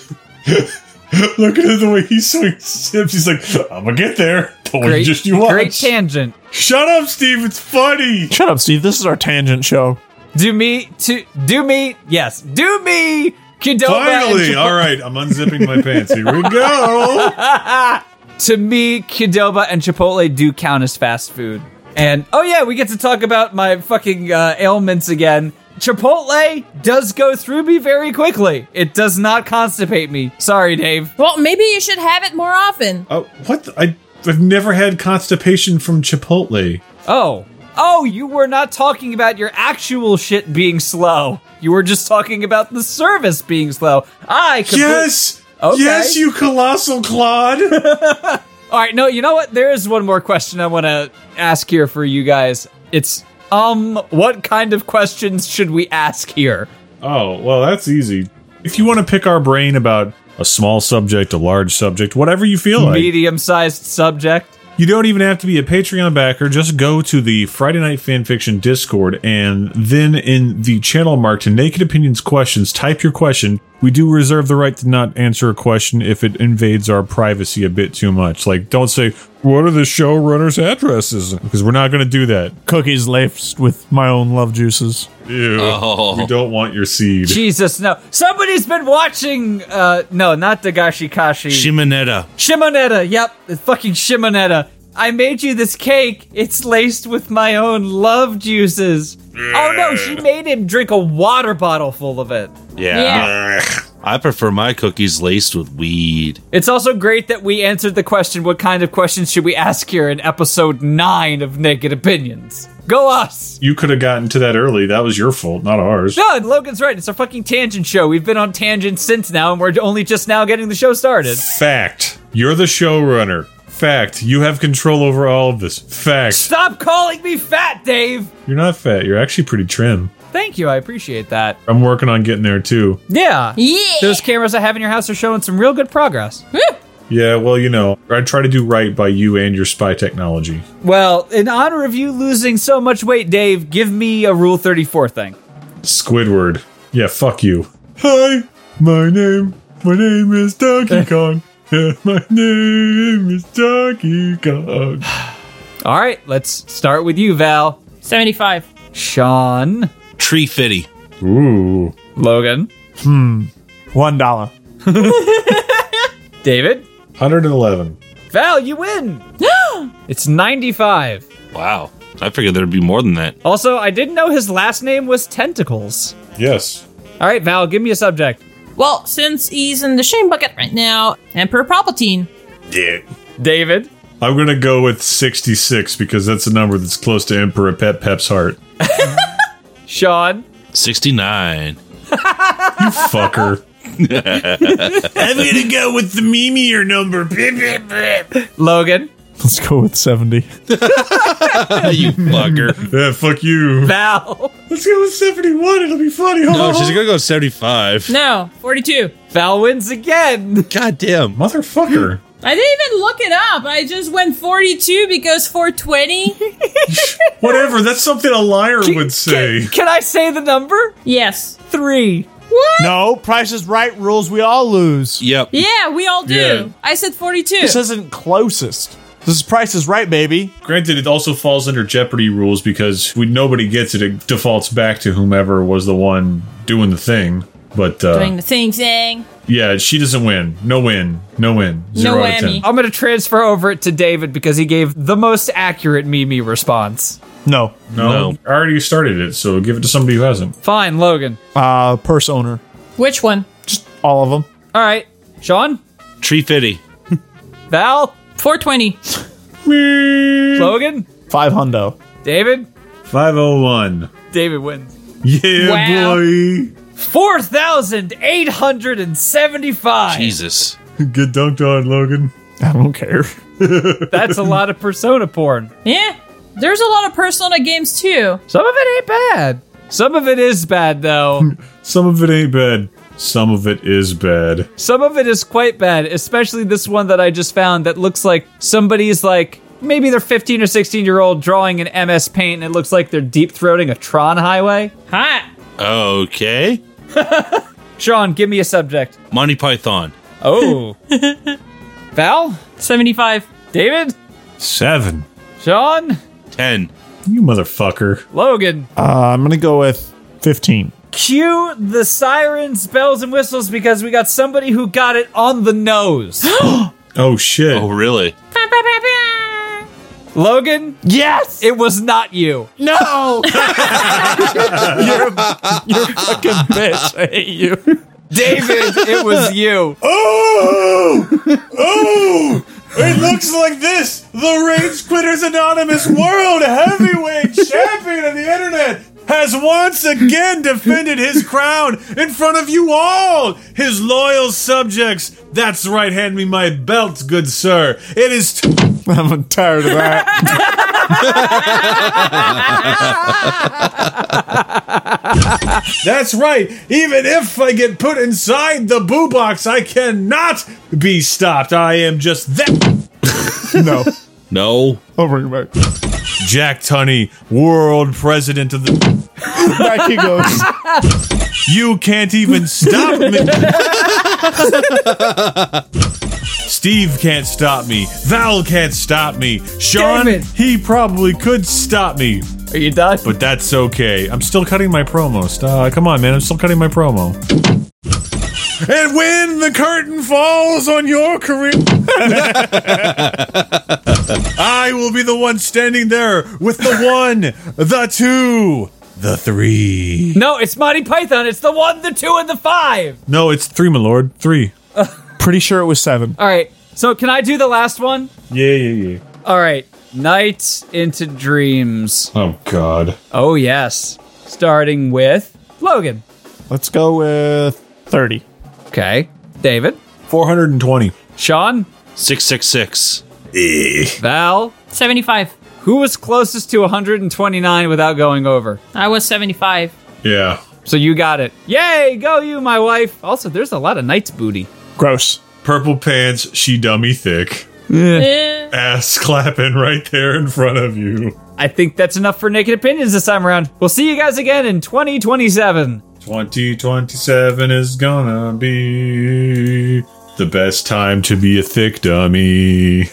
Speaker 4: Look at the way he swings hips. He's like, I'm gonna get there. [LAUGHS] Don't
Speaker 1: Great,
Speaker 4: just you watch.
Speaker 1: great tangent.
Speaker 4: Shut up, Steve.
Speaker 1: [LAUGHS]
Speaker 4: It's funny.
Speaker 2: Shut up, Steve. This is our tangent show.
Speaker 1: Do me to do me. Yes, do me. Qdoba and
Speaker 4: Finally,
Speaker 1: Chipotle-
Speaker 4: all right. I'm unzipping my pants. Here
Speaker 1: [LAUGHS]
Speaker 4: we go.
Speaker 1: to me, Qdoba and Chipotle do count as fast food. And oh yeah, we get to talk about my fucking uh, ailments again. Chipotle does go through me very quickly. It does not constipate me. Sorry, Dave.
Speaker 3: Well, maybe you should have it more often.
Speaker 4: Uh, what? The, I I've never had constipation from Chipotle.
Speaker 1: Oh. Oh, you were not talking about your actual shit being slow. You were just talking about the service being slow. I compl-
Speaker 4: Yes.
Speaker 1: Okay.
Speaker 4: Yes, you colossal clod.
Speaker 1: All right, no, you know what? There is one more question I want to ask here for you guys. It's um, what kind of questions should we ask here?
Speaker 4: oh well, that's easy. If you want to pick our brain about a small subject, a large subject, whatever you feel like.
Speaker 1: Medium-sized subject.
Speaker 4: You don't even have to be a Patreon backer. Just go to the Friday Night Fanfiction Discord and then in the channel marked Naked Opinions Questions, type your question. We do reserve the right to not answer a question if it invades our privacy a bit too much. Like, don't say, What are the showrunners' addresses? Because we're not going to do that.
Speaker 2: Cookies laced with my own love juices.
Speaker 4: Ew. We don't want your seed.
Speaker 1: Jesus, no. Somebody's been watching, uh, no, not Dagashi Kashi.
Speaker 5: Shimonetta.
Speaker 1: Shimonetta, yep, it's fucking Shimonetta. I made you this cake. It's laced with my own love juices. Oh no, she made him drink a water bottle full of it.
Speaker 5: Yeah. I prefer my cookies laced with weed.
Speaker 1: It's also great that we answered the question what kind of questions should we ask here in episode 9 of Naked Opinions? Go us!
Speaker 4: You could have gotten to that early. That was your fault, not ours.
Speaker 1: No, and Logan's right. It's a fucking tangent show. We've been on tangents since now, and we're only just now getting the show started.
Speaker 4: Fact. You're the showrunner. Fact. You have control over all of this. Fact.
Speaker 1: Stop calling me fat, Dave!
Speaker 4: You're not fat. You're actually pretty trim.
Speaker 1: Thank you, I appreciate that.
Speaker 4: I'm working on getting there too.
Speaker 1: Yeah.
Speaker 3: Yeah.
Speaker 1: Those cameras I have in your house are showing some real good progress.
Speaker 4: Yeah, well, you know, I try to do right by you and your spy technology.
Speaker 1: Well, in honor of you losing so much weight, Dave, give me a Rule 34 thing.
Speaker 4: Squidward. Yeah, fuck you. Hi, my name, my name is Donkey Kong. Yeah, my name is Donkey Kong.
Speaker 1: All right, let's start with you, Val.
Speaker 3: 75.
Speaker 1: Sean.
Speaker 5: Tree fitty.
Speaker 4: Ooh,
Speaker 1: Logan.
Speaker 2: One dollar.
Speaker 1: David.
Speaker 4: 111.
Speaker 1: Val, you win! it's 95.
Speaker 5: Wow. I figured there'd be more than that.
Speaker 1: Also, I didn't know his last name was Tentacles.
Speaker 4: Yes.
Speaker 1: All right, Val, give me a subject.
Speaker 3: [GASPS] Well, since he's in the shame bucket right now, Emperor Palpatine.
Speaker 4: Yeah.
Speaker 1: David.
Speaker 4: I'm gonna go with 66 because that's a number that's close to Emperor Pep Pep's heart.
Speaker 1: Sean.
Speaker 5: 69.
Speaker 4: Fucker.
Speaker 6: I'm gonna go with the memeier number.
Speaker 1: Logan.
Speaker 2: Let's go with 70.
Speaker 5: [LAUGHS] you fucker.
Speaker 4: yeah, fuck you.
Speaker 1: Val. [LAUGHS]
Speaker 4: Let's go with 71. It'll be funny.
Speaker 5: No, Oh, she's going to go 75.
Speaker 3: No, 42.
Speaker 1: Val wins again.
Speaker 5: [LAUGHS] God damn.
Speaker 4: Motherfucker.
Speaker 3: I didn't even look it up. I just went 42 because [LAUGHS] 420.
Speaker 4: Whatever, that's something a liar would say.
Speaker 1: Can, can I say the number?
Speaker 3: yes.
Speaker 1: Three.
Speaker 2: No, Price is Right rules. We all lose.
Speaker 5: Yep.
Speaker 3: Yeah, we all do.
Speaker 4: Yeah.
Speaker 3: I said 42.
Speaker 2: This isn't closest. This is Price is Right, baby.
Speaker 4: Granted, it also falls under Jeopardy rules because when nobody gets it, it defaults back to whomever was the one doing the thing. But uh,
Speaker 3: Doing the thing thing.
Speaker 4: yeah, she doesn't win. No win. No win. Zero out of
Speaker 3: whammy.
Speaker 4: ten.
Speaker 1: I'm going to transfer over it to David because he gave the most accurate Mimi response.
Speaker 2: No.
Speaker 4: No,
Speaker 5: No.
Speaker 4: I already started it, so give it to somebody who hasn't.
Speaker 1: Fine, Logan.
Speaker 2: Uh, purse owner.
Speaker 3: Which one?
Speaker 2: All of them.
Speaker 1: All right, Sean.
Speaker 5: Tree fitty.
Speaker 1: Val.
Speaker 3: 420.
Speaker 1: Logan.
Speaker 2: Five hundo.
Speaker 1: David.
Speaker 4: Five oh one.
Speaker 1: David wins.
Speaker 4: Yeah,
Speaker 3: Wow.
Speaker 4: boy.
Speaker 1: 4,875.
Speaker 5: Jesus.
Speaker 4: Get dunked on, Logan.
Speaker 2: I don't care.
Speaker 1: That's a lot of Persona porn.
Speaker 3: Yeah. There's a lot of Persona games too.
Speaker 1: Some of it ain't bad. Some of it is bad, though.
Speaker 4: Some of it ain't bad. Some of it is bad.
Speaker 1: Some of it is quite bad, especially this one that I just found that looks like somebody's like, maybe they're 15 or 16 year old drawing an MS Paint and it looks like they're deep throating a Tron highway.
Speaker 3: Hot.
Speaker 5: Okay.
Speaker 1: Sean, give me a subject.
Speaker 5: Monty Python.
Speaker 1: Oh. [LAUGHS] Val?
Speaker 3: 75.
Speaker 1: David?
Speaker 4: Seven.
Speaker 1: Sean?
Speaker 5: 10.
Speaker 4: You motherfucker.
Speaker 1: Logan?
Speaker 2: Uh, I'm gonna go with 15.
Speaker 1: Cue the sirens, bells, and whistles because we got somebody who got it on the [GASPS] nose.
Speaker 4: Oh shit.
Speaker 5: Oh, really?
Speaker 1: Logan?
Speaker 2: Yes.
Speaker 1: It was not you.
Speaker 2: [LAUGHS] no. you're, a, you're a fucking bitch. I hate you.
Speaker 1: [LAUGHS] David, it was you.
Speaker 4: Oh! Oh! It looks like this! The Rage Quitters Anonymous World [LAUGHS] Heavyweight Champion of the Internet has once again defended his crown in front of you all, his loyal subjects. That's right, hand me my belt, good sir. It is. T-
Speaker 2: I'm tired of that.
Speaker 4: That's right, even if I get put inside the boo box, I cannot be stopped. I am just that.
Speaker 2: No.
Speaker 5: No.
Speaker 2: I'll bring it back.
Speaker 4: Jack Tunney, world president of the.
Speaker 2: Back he goes.
Speaker 4: You can't even stop me. Steve can't stop me. Val can't stop me. Sean,
Speaker 1: David.
Speaker 4: he probably could stop me,
Speaker 1: Are you done?
Speaker 4: but that's okay. I'm still cutting my promo. Stop. Come on, man. I'm still cutting my promo. And when the curtain falls on your career, [LAUGHS] I will be the one standing there with the one, the two, the three.
Speaker 1: No, it's Monty Python. It's the one, the two, and the five.
Speaker 4: No, it's three, my lord. Three.
Speaker 2: Pretty sure it was seven.
Speaker 1: All right. So can I do the last one?
Speaker 4: Yeah, yeah, yeah.
Speaker 1: All right. Nights into dreams.
Speaker 4: Oh God.
Speaker 1: Oh yes. Starting with Logan.
Speaker 2: Let's go with 30.
Speaker 1: Okay. David.
Speaker 4: Four hundred and twenty.
Speaker 1: Sean.
Speaker 5: 666.
Speaker 1: Val.
Speaker 3: 75.
Speaker 1: Who was closest to 129 without going over?
Speaker 3: I was 75.
Speaker 4: Yeah.
Speaker 1: So you got it. Yay! Go you, my wife. Also, there's a lot of Knights booty.
Speaker 2: Gross.
Speaker 4: Purple pants. She dummy thick.
Speaker 3: Eh.
Speaker 4: Ass [LAUGHS] clapping right there in front of you.
Speaker 1: I think that's enough for Naked Opinions this time around. We'll see you guys again in 2027.
Speaker 4: Twenty twenty seven is gonna be the best time to be a thick dummy.